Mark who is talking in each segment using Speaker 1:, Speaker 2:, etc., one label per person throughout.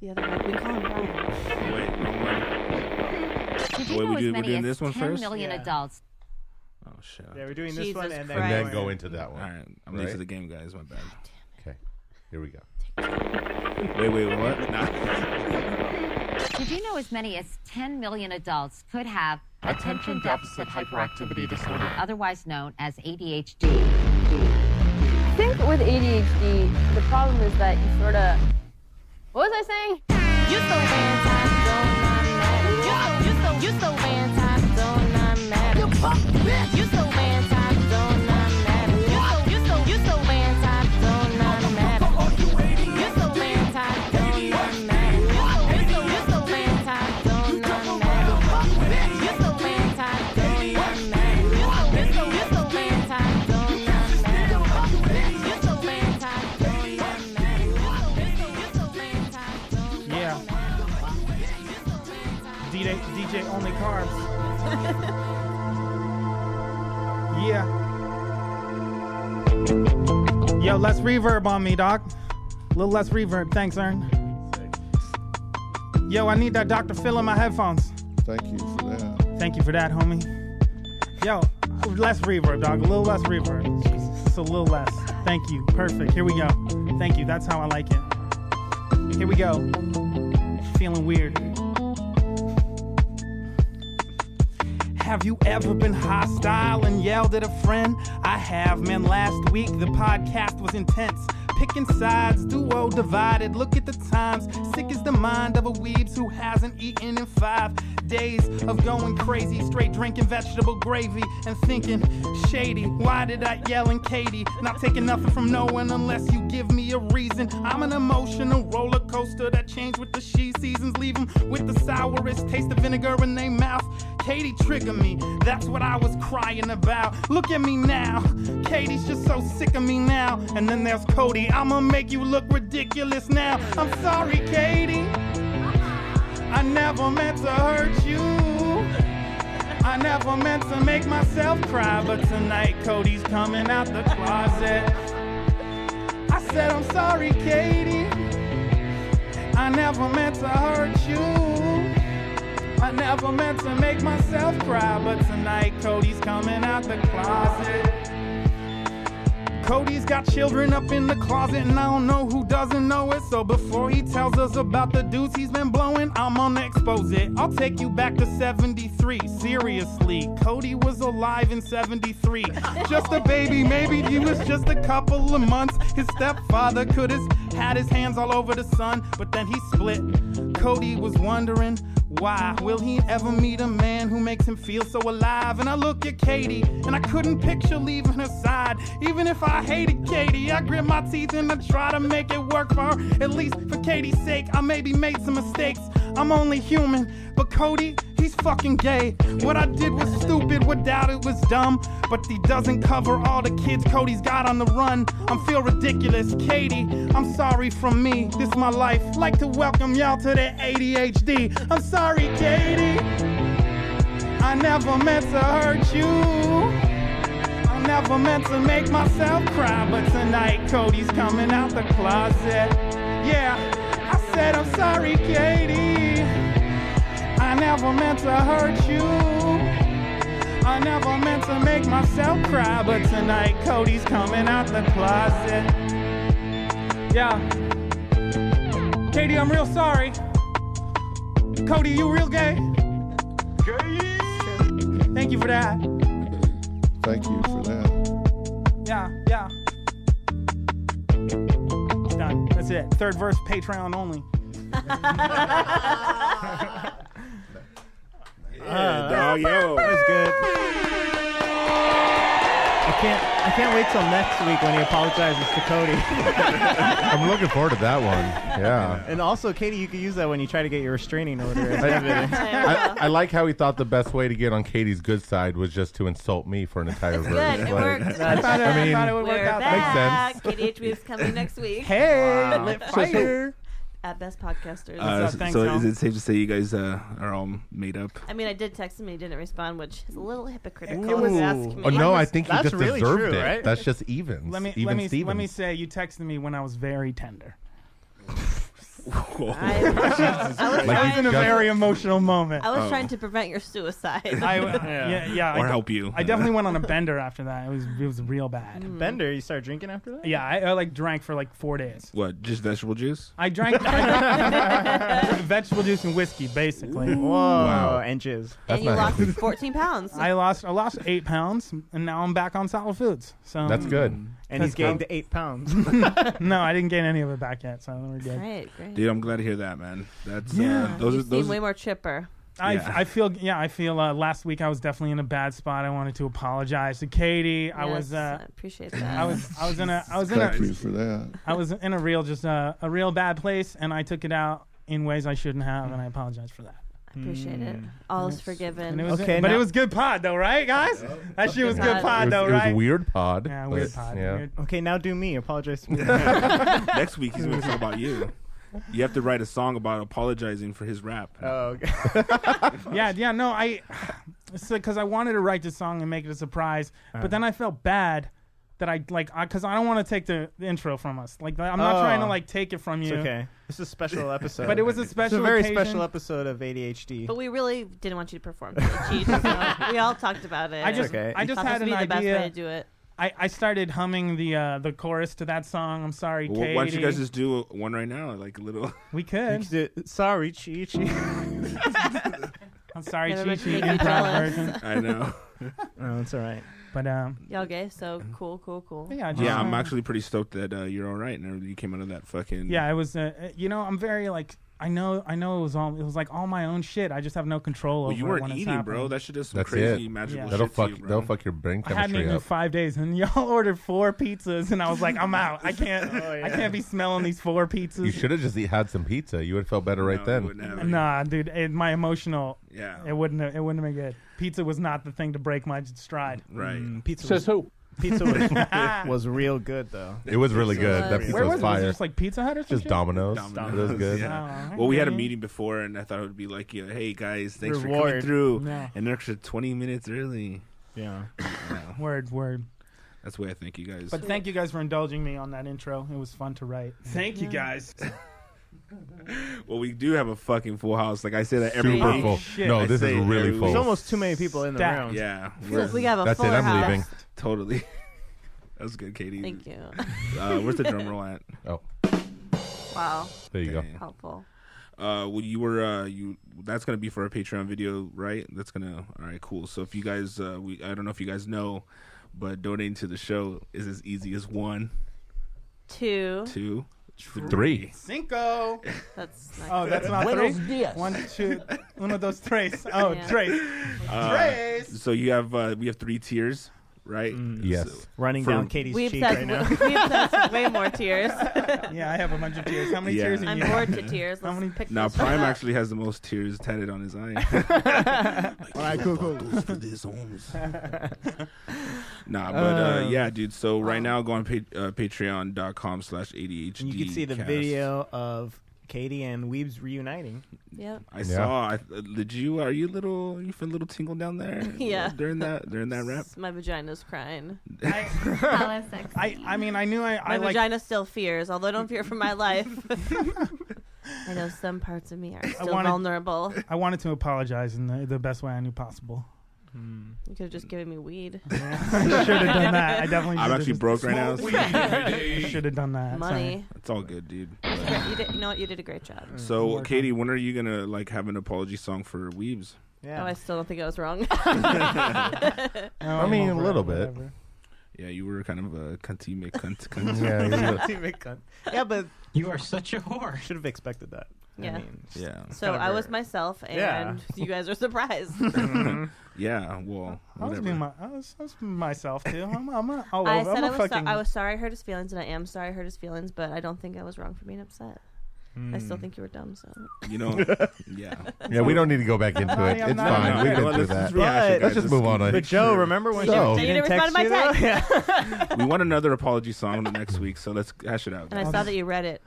Speaker 1: The other one. We call him Brian.
Speaker 2: Wait, wrong one.
Speaker 3: Did you
Speaker 2: What
Speaker 3: know
Speaker 2: we
Speaker 3: as
Speaker 2: do- we're
Speaker 3: many
Speaker 2: doing
Speaker 3: as
Speaker 2: this one
Speaker 3: 10
Speaker 2: first?
Speaker 3: million
Speaker 4: Yeah.
Speaker 3: adults
Speaker 2: Oh shit.
Speaker 4: Yeah, we're doing this
Speaker 1: Jesus
Speaker 4: one and then,
Speaker 1: Christ.
Speaker 5: and then
Speaker 1: Right.
Speaker 5: go into that
Speaker 2: All
Speaker 5: one.
Speaker 2: right, I'm
Speaker 5: Right?
Speaker 2: new to the game, guys. My bad.
Speaker 5: Okay, here we go.
Speaker 2: Wait, wait, what? Nah.
Speaker 3: Did you know as many as 10 million adults could have attention deficit hyperactivity disorder, otherwise known as ADHD?
Speaker 6: I think with ADHD, the problem is that you sort of. What was I saying? You so fantastic, don't I'm mad. You so, you so, you so fantastic, don't I'm mad. You fuck bitch. You so fantastic, don't I'm mad. You so, you so, you so fantastic, don't I'm mad. You so fantastic, don't I'm mad. You so, you so, you so fantastic, don't I'm mad. You so fantastic, don't I'm mad. You so, you so, you so fantastic, don't I'm mad. You're so fantastic, don't I'm mad. You're so fantastic, don't I'm mad.
Speaker 4: yeah. DJ, DJ only carbs. yeah. Yo, less reverb on me, doc. little less reverb. Thanks, Ern. Yo, I need that Dr. Phil in my headphones.
Speaker 7: Thank you for that.
Speaker 4: Thank you for that, homie. Yo, less reverb, dog. A little less reverb. Just a little less. Thank you. Perfect. Here we go. Thank you. That's how I like it. Here we go. Feeling weird. Have you ever been hostile and yelled at a friend? I have, man. Last week the podcast was intense. Picking sides, duo divided. Look at the times. Sick is the mind of a weebs who hasn't eaten in five days of going crazy. Straight drinking vegetable gravy and thinking, shady. Why did I yell at Katie? Not taking nothing from no one unless you give me a reason. I'm an emotional roller coaster that changed with the she seasons. Leave 'em with the sourest taste of vinegar in their mouth. Katie triggered me. That's what I was crying about. Look at me now. Katie's just so sick of me now. And then there's Cody. I'ma make you look ridiculous now. I'm sorry, Katie. I never meant to hurt you. I never meant to make myself cry, but tonight Cody's coming out the closet. I said, I'm sorry, Katie. I never meant to hurt you. I never meant to make myself cry, but tonight Cody's coming out the closet. Cody's got children up in the closet, and I don't know who doesn't know it. So before he tells us about the dudes he's been blowing, I'm gonna expose it. I'll take you back to 73. Seriously, Cody was alive in 73. Just a baby, maybe he was just a couple of months. His stepfather could have had his hands all over the sun, but then he split. Cody was wondering why will he ever meet a man who makes him feel so alive? And I look at Katie, and I couldn't picture leaving her side. Even if I hated Katie, I grit my teeth and I try to make it work for her. At least for Katie's sake, I maybe made some mistakes. I'm only human, but Cody, he's fucking gay. What I did was stupid, what doubt it was dumb. But he doesn't cover all the kids Cody's got on the run. I'm feel ridiculous, Katie. I'm sorry from me, this my life. Like to welcome y'all to the ADHD. I'm sorry, Katie. I never meant to hurt you. I never meant to make myself cry, but tonight Cody's coming out the closet. Yeah, I said I'm sorry, Katie. I never meant to hurt you. I never meant to make myself cry, but tonight Cody's coming out the closet. Yeah. Katie, I'm real sorry. Cody, you real gay? Thank you for that.
Speaker 7: Thank you for that.
Speaker 4: Yeah, yeah. It's done. That's it. Third verse, Patreon only.
Speaker 2: Yeah, dog, Oh, yo.
Speaker 8: I can't. I can't wait till next week when he apologizes to Cody.
Speaker 5: I'm looking forward to that one. Yeah.
Speaker 8: and also, Katie, you could use that when you try to get your restraining order. It's evidence.
Speaker 5: I, I like how he thought the best way to get on Katie's good side was just to insult me for an entire verse.
Speaker 1: Good, it
Speaker 5: Like,
Speaker 1: worked.
Speaker 4: I thought it, I
Speaker 5: mean-
Speaker 4: thought it would
Speaker 1: We're
Speaker 4: work out.
Speaker 1: back.
Speaker 5: sense.
Speaker 1: Kitty HB is coming next week
Speaker 4: Hey, lit
Speaker 5: So- so-
Speaker 4: fire.
Speaker 1: at Best Podcasters.
Speaker 2: Uh,
Speaker 4: up?
Speaker 2: so-
Speaker 4: Thanks,
Speaker 2: so
Speaker 4: Tom.
Speaker 2: is it safe to say you guys uh, are all made up?
Speaker 1: I mean, I did text him and he didn't respond, which is a little hypocritical.
Speaker 4: It was-
Speaker 1: to ask me.
Speaker 5: Oh no, I think he
Speaker 8: That's
Speaker 5: just
Speaker 8: really
Speaker 5: deserved
Speaker 8: true,
Speaker 5: it.
Speaker 8: right?
Speaker 5: That's just even.
Speaker 4: Let me
Speaker 5: even
Speaker 4: let me
Speaker 5: Stevens.
Speaker 4: let me say you texted me when I was very tender.
Speaker 1: I, I was,
Speaker 5: Like,
Speaker 1: trying,
Speaker 9: In a very emotional moment.
Speaker 1: I was
Speaker 2: Oh.
Speaker 1: trying to prevent your suicide.
Speaker 9: I, yeah, yeah.
Speaker 2: or
Speaker 9: I,
Speaker 2: help you.
Speaker 9: I definitely went on a bender after that. It was it was real bad.
Speaker 8: Bender, you started drinking after that?
Speaker 9: Yeah, I, I like drank for like four days.
Speaker 2: What? Just vegetable juice?
Speaker 9: I drank I drank vegetable juice and whiskey, basically.
Speaker 8: Whoa,
Speaker 5: Wow.
Speaker 8: and jizz.
Speaker 5: That's
Speaker 1: and you
Speaker 5: not
Speaker 1: lost
Speaker 5: healthy.
Speaker 1: 14 pounds.
Speaker 9: I lost I lost eight pounds, and now I'm back on solid foods. So
Speaker 5: That's good.
Speaker 8: And he's
Speaker 9: That's
Speaker 8: gained
Speaker 9: dope.
Speaker 8: eight pounds.
Speaker 9: No, I didn't gain any of it back yet, so we're good.
Speaker 1: Great, great.
Speaker 2: Dude, I'm glad to hear that, man. That's
Speaker 9: Yeah.
Speaker 2: uh, those
Speaker 1: you
Speaker 2: are those.
Speaker 1: seem way more chipper.
Speaker 9: I,
Speaker 2: Yeah.
Speaker 9: I feel yeah I feel uh, last week I was definitely in a bad spot. I wanted to apologize to Katie. I was
Speaker 1: Yes,
Speaker 9: uh,
Speaker 1: I appreciate that.
Speaker 9: I was I was in a I was in
Speaker 6: Thank
Speaker 9: a
Speaker 6: you for that.
Speaker 9: I was in a real just uh, a real bad place, and I took it out in ways I shouldn't have, and I apologize for that.
Speaker 1: I appreciate it. All is forgiven.
Speaker 9: And it was
Speaker 8: Okay,
Speaker 9: but
Speaker 8: now-
Speaker 9: it was good pod though, right, guys? That shit was good
Speaker 1: Good pod.
Speaker 5: It
Speaker 9: pod
Speaker 5: was,
Speaker 9: though,
Speaker 5: it was
Speaker 9: right?
Speaker 5: weird pod.
Speaker 9: Yeah,
Speaker 5: but,
Speaker 9: weird pod.
Speaker 5: Yeah.
Speaker 9: Weird.
Speaker 8: okay, now do me. Apologize to me.
Speaker 2: next week he's going to talk about you. You have to write a song about apologizing for his rap.
Speaker 9: Uh,
Speaker 8: oh, okay.
Speaker 9: Yeah, yeah. No, I it's because I wanted to write this song and make it a surprise,
Speaker 2: Uh-huh.
Speaker 9: but then I felt bad that I like because I, don't want to take the, the intro from us. Like I'm not
Speaker 8: Oh.
Speaker 9: trying to like take it from you.
Speaker 8: It's okay. This is a special episode.
Speaker 9: But it was a
Speaker 8: It's
Speaker 9: special
Speaker 8: a very
Speaker 9: occasion.
Speaker 8: special episode of ADHD.
Speaker 1: But we really didn't want you to perform. to the cheat, so we all talked about it.
Speaker 9: I just
Speaker 8: okay.
Speaker 9: I just
Speaker 1: thought
Speaker 9: had
Speaker 1: this
Speaker 9: an
Speaker 1: would be the best way
Speaker 9: idea.
Speaker 1: to do it.
Speaker 9: I, I started humming the uh, the chorus to that song. I'm sorry,
Speaker 2: Well,
Speaker 9: Katie.
Speaker 2: why don't you guys just do one right now, like a little?
Speaker 9: we could.
Speaker 8: You could do- Sorry, Chi Chi.
Speaker 9: I'm sorry,
Speaker 1: Never
Speaker 9: Chi
Speaker 1: meant to
Speaker 9: Chi
Speaker 1: make you
Speaker 9: improv
Speaker 1: jealous.
Speaker 9: version.
Speaker 2: I know.
Speaker 8: Oh, it's all right.
Speaker 9: But um,
Speaker 1: Y'all gay, so cool, cool, cool.
Speaker 9: yeah, just,
Speaker 2: Yeah, I'm
Speaker 9: uh,
Speaker 2: actually pretty stoked that uh, you're all right and you came out of that fucking.
Speaker 9: Yeah, it was. Uh, uh, you know, I'm very like. I know. I know. It was all. It was like all my own shit. I just have no control
Speaker 2: Well,
Speaker 9: over.
Speaker 2: you
Speaker 9: it
Speaker 2: weren't
Speaker 9: when it's
Speaker 2: eating, bro.
Speaker 9: happening.
Speaker 2: That should just some
Speaker 5: That's
Speaker 2: crazy
Speaker 5: it.
Speaker 2: magical
Speaker 9: Yeah.
Speaker 2: shit.
Speaker 5: That'll fuck.
Speaker 2: to you, bro.
Speaker 5: that'll fuck your brain
Speaker 9: I hadn't
Speaker 5: chemistry
Speaker 9: eaten in
Speaker 5: up.
Speaker 9: five days, and y'all ordered four pizzas, and I was like, I'm out. I can't.
Speaker 8: Oh, yeah.
Speaker 9: I can't be smelling these four pizzas.
Speaker 5: You should have just eat, had some pizza. You would have felt better right
Speaker 2: No, you
Speaker 5: then.
Speaker 2: wouldn't have it.
Speaker 9: Nah, dude. It, my emotional.
Speaker 2: Yeah.
Speaker 9: It wouldn't. Have, it wouldn't have been good. Pizza was not the thing to break my stride.
Speaker 2: Right.
Speaker 8: Mm, pizza was,
Speaker 5: who?
Speaker 8: pizza was, was real good though.
Speaker 5: It was really good.
Speaker 1: was-
Speaker 5: That pizza
Speaker 9: Where
Speaker 5: was
Speaker 9: was, it? Was it
Speaker 5: fire.
Speaker 9: just like Pizza Hut or
Speaker 5: Just
Speaker 9: something?
Speaker 5: Domino's.
Speaker 2: Domino's,
Speaker 5: It was good.
Speaker 2: yeah.
Speaker 9: Oh,
Speaker 2: Well, we had a
Speaker 9: okay.
Speaker 2: meeting before, and I thought it would be like, yeah, hey guys, thanks for coming
Speaker 8: Reward.
Speaker 2: through
Speaker 9: Yeah.
Speaker 2: an extra 20 minutes early.
Speaker 8: Yeah.
Speaker 9: Word, word.
Speaker 2: That's the way I think you guys.
Speaker 9: But thank you guys for indulging me on that intro. It was fun to write. Thank you guys.
Speaker 2: well, we do have a fucking full house. Like I say that every
Speaker 5: Super
Speaker 2: week.
Speaker 5: full.
Speaker 9: shit.
Speaker 5: No,
Speaker 2: I
Speaker 5: this is
Speaker 2: say every
Speaker 5: really
Speaker 2: week.
Speaker 5: full.
Speaker 8: There's almost too many people in the
Speaker 9: Stacked.
Speaker 8: room.
Speaker 2: Yeah,
Speaker 1: Look, we have a
Speaker 5: That's it.
Speaker 1: fuller
Speaker 5: I'm
Speaker 1: house.
Speaker 5: leaving.
Speaker 2: totally. that was good, Katie.
Speaker 1: Thank you.
Speaker 2: Uh, where's the drum roll at?
Speaker 5: Oh,
Speaker 1: Wow,
Speaker 5: there you go.
Speaker 2: Dang.
Speaker 1: helpful.
Speaker 2: Uh, well, you were uh, you. That's gonna be for our Patreon video, right? That's gonna. All right, cool. So if you guys, uh, we I don't know if you guys know, but donating to the show is as easy as one,
Speaker 1: Two.
Speaker 2: two,
Speaker 5: Three.
Speaker 9: Cinco.
Speaker 1: That's not
Speaker 9: Oh, that's not three. One, two, uno, dos, tres. Oh,
Speaker 1: Yeah.
Speaker 9: tres. tres.
Speaker 2: Uh, So you have uh, we have three tiers, right?
Speaker 8: Mm.
Speaker 5: Yes.
Speaker 2: So-
Speaker 8: Running
Speaker 2: For-
Speaker 8: down Katie's
Speaker 1: We've
Speaker 8: cheek
Speaker 1: said
Speaker 8: right now.
Speaker 1: we've said way more tears.
Speaker 9: Yeah, I have a bunch of tears. How many
Speaker 2: Yeah.
Speaker 9: tears? Are
Speaker 1: I'm
Speaker 9: you?
Speaker 1: bored to tears. Let's
Speaker 9: many-
Speaker 1: pick
Speaker 2: Now
Speaker 1: this one
Speaker 2: Prime
Speaker 1: up.
Speaker 2: actually has the most tears tatted on his eye. All right, cool, cool. For this homes. nah, but uh,
Speaker 8: Uh.
Speaker 2: yeah, dude. So right now, go on pa- uh, patreon.com slash ADHD.
Speaker 8: And you can see the
Speaker 2: cast.
Speaker 8: video of Katie and Weebs reuniting.
Speaker 1: Yep.
Speaker 2: I
Speaker 5: Yeah.
Speaker 2: saw. I, uh, did you? Are you little? You feel a little tingle down there?
Speaker 1: Yeah.
Speaker 2: During that, during that rap.
Speaker 1: My vagina's crying.
Speaker 9: I,
Speaker 10: Hello, sexy.
Speaker 9: I, I mean, I knew I,
Speaker 1: My
Speaker 9: I like.
Speaker 1: vagina still fears, although I don't fear for my life. I know some parts of me are still
Speaker 9: wanted-
Speaker 1: vulnerable.
Speaker 9: I wanted to apologize in the, the best way I knew possible.
Speaker 1: You could have just given me weed.
Speaker 9: I should have done that. I definitely.
Speaker 2: I'm
Speaker 9: should've
Speaker 2: actually
Speaker 9: just-
Speaker 2: broke right now. so
Speaker 9: Should have done that. Sorry.
Speaker 1: Money.
Speaker 2: it's all good, dude.
Speaker 1: Yeah, you, did, you know what? You did a great job.
Speaker 2: So,
Speaker 9: More
Speaker 2: Katie, when are you gonna like have an apology song for Weebs?
Speaker 8: Yeah.
Speaker 1: Oh, I still don't think I was wrong.
Speaker 9: Oh,
Speaker 5: I mean, a
Speaker 9: whatever,
Speaker 5: little bit.
Speaker 9: whatever.
Speaker 2: Yeah, you were kind of a cunty, mc- cunt, cunt.
Speaker 5: Yeah, you're good.
Speaker 8: yeah, but
Speaker 11: You are such a whore.
Speaker 8: should have expected that.
Speaker 1: Yeah.
Speaker 8: I mean,
Speaker 2: Yeah.
Speaker 1: so I was myself, and
Speaker 8: Yeah.
Speaker 1: you guys are surprised.
Speaker 2: Yeah,
Speaker 9: I
Speaker 2: well,
Speaker 9: was
Speaker 2: whatever.
Speaker 9: being my, I was, I was being myself too. I'm, I'm a, all
Speaker 1: I
Speaker 9: over.
Speaker 1: said
Speaker 9: I'm
Speaker 1: I
Speaker 9: a
Speaker 1: was, so-
Speaker 9: fucking.
Speaker 1: I was sorry I hurt his feelings, and I am sorry I hurt his feelings, but I don't think I was wrong for being upset. I still think you were dumb, so.
Speaker 2: you know, yeah.
Speaker 5: Yeah, we don't need to go back into
Speaker 9: Sorry,
Speaker 5: it.
Speaker 9: I'm
Speaker 5: It's
Speaker 9: not-
Speaker 5: fine.
Speaker 9: No,
Speaker 5: We've
Speaker 9: no,
Speaker 5: been through
Speaker 2: let's
Speaker 5: that.
Speaker 2: just relax,
Speaker 8: But-
Speaker 2: guys.
Speaker 5: Let's just move on.
Speaker 8: But Joe, remember when
Speaker 5: So-
Speaker 8: she
Speaker 5: You
Speaker 1: didn't respond to my
Speaker 8: you, though? Yeah.
Speaker 2: We want another apology song next week, so let's hash it out.
Speaker 1: And I saw that you read it.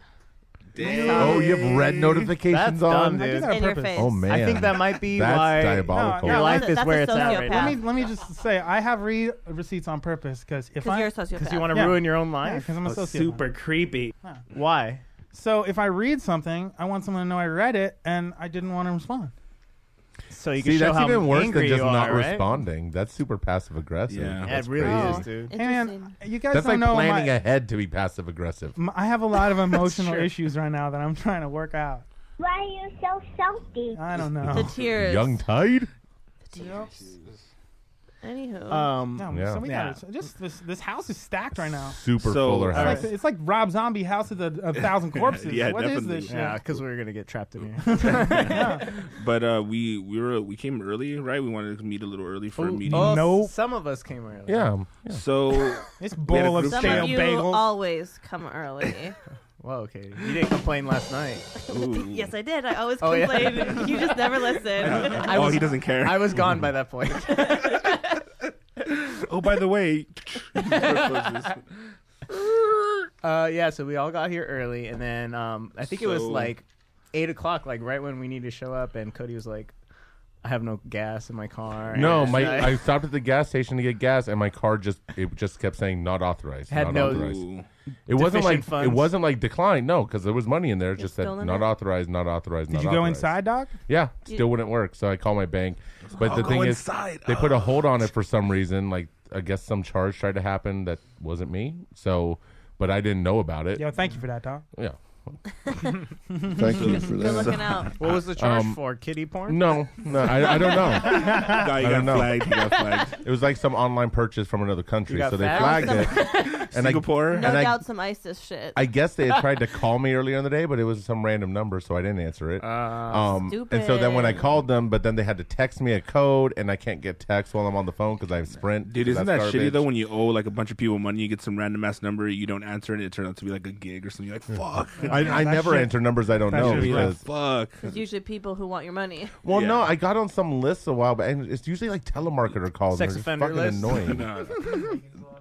Speaker 5: Oh, you have red notifications
Speaker 8: That's
Speaker 5: on.
Speaker 8: dumb,
Speaker 9: I did
Speaker 8: dude.
Speaker 9: that on
Speaker 1: In your
Speaker 9: purpose.
Speaker 1: face.
Speaker 5: Oh man,
Speaker 8: I think that might be
Speaker 5: that's
Speaker 8: why
Speaker 5: diabolical.
Speaker 9: No,
Speaker 8: your
Speaker 9: no,
Speaker 8: life
Speaker 1: that's a-
Speaker 8: is where it's
Speaker 1: that's a
Speaker 8: at right
Speaker 1: sociopath.
Speaker 8: now.
Speaker 9: Let me let me just say I have re- receipts on purpose because if
Speaker 1: Because
Speaker 9: I
Speaker 1: you're a sociopath.
Speaker 8: Because you want to
Speaker 9: Yeah.
Speaker 8: ruin your own
Speaker 9: yeah,
Speaker 8: life.
Speaker 9: 'cause I'm a sociopath.
Speaker 11: creepy.
Speaker 8: Why?
Speaker 4: So if I read something, I want someone to know I read it, and I didn't want to respond.
Speaker 8: So you can
Speaker 5: See,
Speaker 8: show
Speaker 5: that's
Speaker 8: how
Speaker 5: even worse
Speaker 8: angry
Speaker 5: than just
Speaker 8: you
Speaker 5: not
Speaker 8: are, right?
Speaker 5: responding. That's super passive aggressive.
Speaker 2: Yeah.
Speaker 8: Yeah,
Speaker 2: That's
Speaker 8: it really
Speaker 1: crazy.
Speaker 8: is, dude.
Speaker 4: Hey
Speaker 1: Oh. Interesting.
Speaker 4: man, you guys
Speaker 5: That's like
Speaker 4: don't know
Speaker 5: planning
Speaker 4: my,
Speaker 5: ahead to be passive aggressive.
Speaker 4: m- I have a lot of emotional
Speaker 8: true.
Speaker 4: issues right now that I'm trying to work out.
Speaker 12: Why are you so salty?
Speaker 4: I don't
Speaker 1: The
Speaker 4: know.
Speaker 1: tears.
Speaker 5: Oh. Young tide.
Speaker 1: Anywho.
Speaker 8: Um,
Speaker 4: No,
Speaker 5: Yeah.
Speaker 4: somebody
Speaker 8: Yeah.
Speaker 4: gotta- just this this house is stacked right now.
Speaker 5: Super
Speaker 2: So,
Speaker 5: fuller
Speaker 4: It's
Speaker 5: house.
Speaker 4: like, it's like Rob Zombie House of the of Thousand Corpses.
Speaker 2: Yeah,
Speaker 4: What is this
Speaker 2: definitely.
Speaker 4: shit?
Speaker 8: yeah, because we were gonna get trapped in here.
Speaker 2: But uh, we we were we came early, right? We wanted to meet a little early for a meeting.
Speaker 8: Oh,
Speaker 4: Nope.
Speaker 8: Some of us came early.
Speaker 5: Yeah. yeah.
Speaker 2: So
Speaker 4: This
Speaker 2: had a
Speaker 4: bowl of
Speaker 2: group
Speaker 4: stale
Speaker 1: Some
Speaker 2: Stale
Speaker 1: of you
Speaker 4: bagels.
Speaker 1: always come early.
Speaker 8: Whoa, Katie, you didn't complain last night.
Speaker 2: ooh.
Speaker 1: yes, I did. I always
Speaker 8: Oh, yeah.
Speaker 1: complain. You just never listen.
Speaker 8: I
Speaker 2: oh,
Speaker 8: was-
Speaker 2: he doesn't care.
Speaker 8: I was gone by that point.
Speaker 2: oh, by the way,
Speaker 8: Uh, yeah, so we all got here early, and then um, I think it was
Speaker 2: So-
Speaker 8: like eight o'clock, like right when we need to show up, and Cody was like, "I have no gas in my car."
Speaker 5: No,
Speaker 8: and
Speaker 5: my
Speaker 8: I-
Speaker 5: I stopped at the gas station to get gas, and my car just it just kept saying not authorized.
Speaker 8: Had
Speaker 5: not
Speaker 8: no-
Speaker 5: authorized.
Speaker 2: Ooh.
Speaker 5: It wasn't
Speaker 8: deficient
Speaker 5: like
Speaker 8: funds.
Speaker 5: it wasn't like declined. No, because there was money in there. It just said
Speaker 1: still in
Speaker 5: not
Speaker 1: it?
Speaker 5: authorized, not authorized.
Speaker 4: Did you go inside, Doc?
Speaker 5: Yeah, still wouldn't work. So I call my bank, but the
Speaker 2: go
Speaker 5: thing is,
Speaker 2: inside.
Speaker 5: they put a hold on it for some reason. Like I guess some charge tried to happen that wasn't me. So, but I didn't know about it.
Speaker 4: Yo, thank you for that, Doc.
Speaker 5: Yeah.
Speaker 7: Thank you for
Speaker 1: Good
Speaker 7: that.
Speaker 1: looking out.
Speaker 8: what was the charge
Speaker 5: Um,
Speaker 8: for? Kitty porn?
Speaker 5: No, no, I, I don't know.
Speaker 2: Guy, you
Speaker 5: I
Speaker 2: got
Speaker 5: don't know.
Speaker 2: flagged. You got flagged.
Speaker 5: It was like some online purchase from another country,
Speaker 8: You got
Speaker 5: so they
Speaker 8: flagged?
Speaker 5: flagged it. and I,
Speaker 2: Singapore?
Speaker 5: and
Speaker 1: No
Speaker 5: I,
Speaker 1: doubt some ISIS shit.
Speaker 5: I guess they had tried to call me earlier in the day, but it was some random number, so I didn't answer it.
Speaker 8: Ah,
Speaker 5: um, and so then when I
Speaker 1: Stupid.
Speaker 5: called them, but then they had to text me a code, and I can't get text while I'm on the phone because I have Sprint.
Speaker 2: Dude,
Speaker 5: so
Speaker 2: isn't that
Speaker 5: that's
Speaker 2: shitty
Speaker 5: garbage.
Speaker 2: though? When you owe like a bunch of people money, you get some random ass number, you don't answer, and it turns out to be like a gig or something. You're like, fuck.
Speaker 5: I, I
Speaker 4: that
Speaker 5: never
Speaker 4: shit-
Speaker 5: enter numbers I don't
Speaker 4: that
Speaker 5: know
Speaker 4: shit is
Speaker 2: You're like,
Speaker 5: because.
Speaker 2: fuck.
Speaker 1: It's usually people who want your money.
Speaker 5: Well,
Speaker 2: Yeah.
Speaker 5: no, I got on some lists a while, but and it's usually like telemarketer calls.
Speaker 8: Sex
Speaker 5: and they're just
Speaker 8: offender
Speaker 5: fucking annoying.
Speaker 8: list?
Speaker 2: Nah.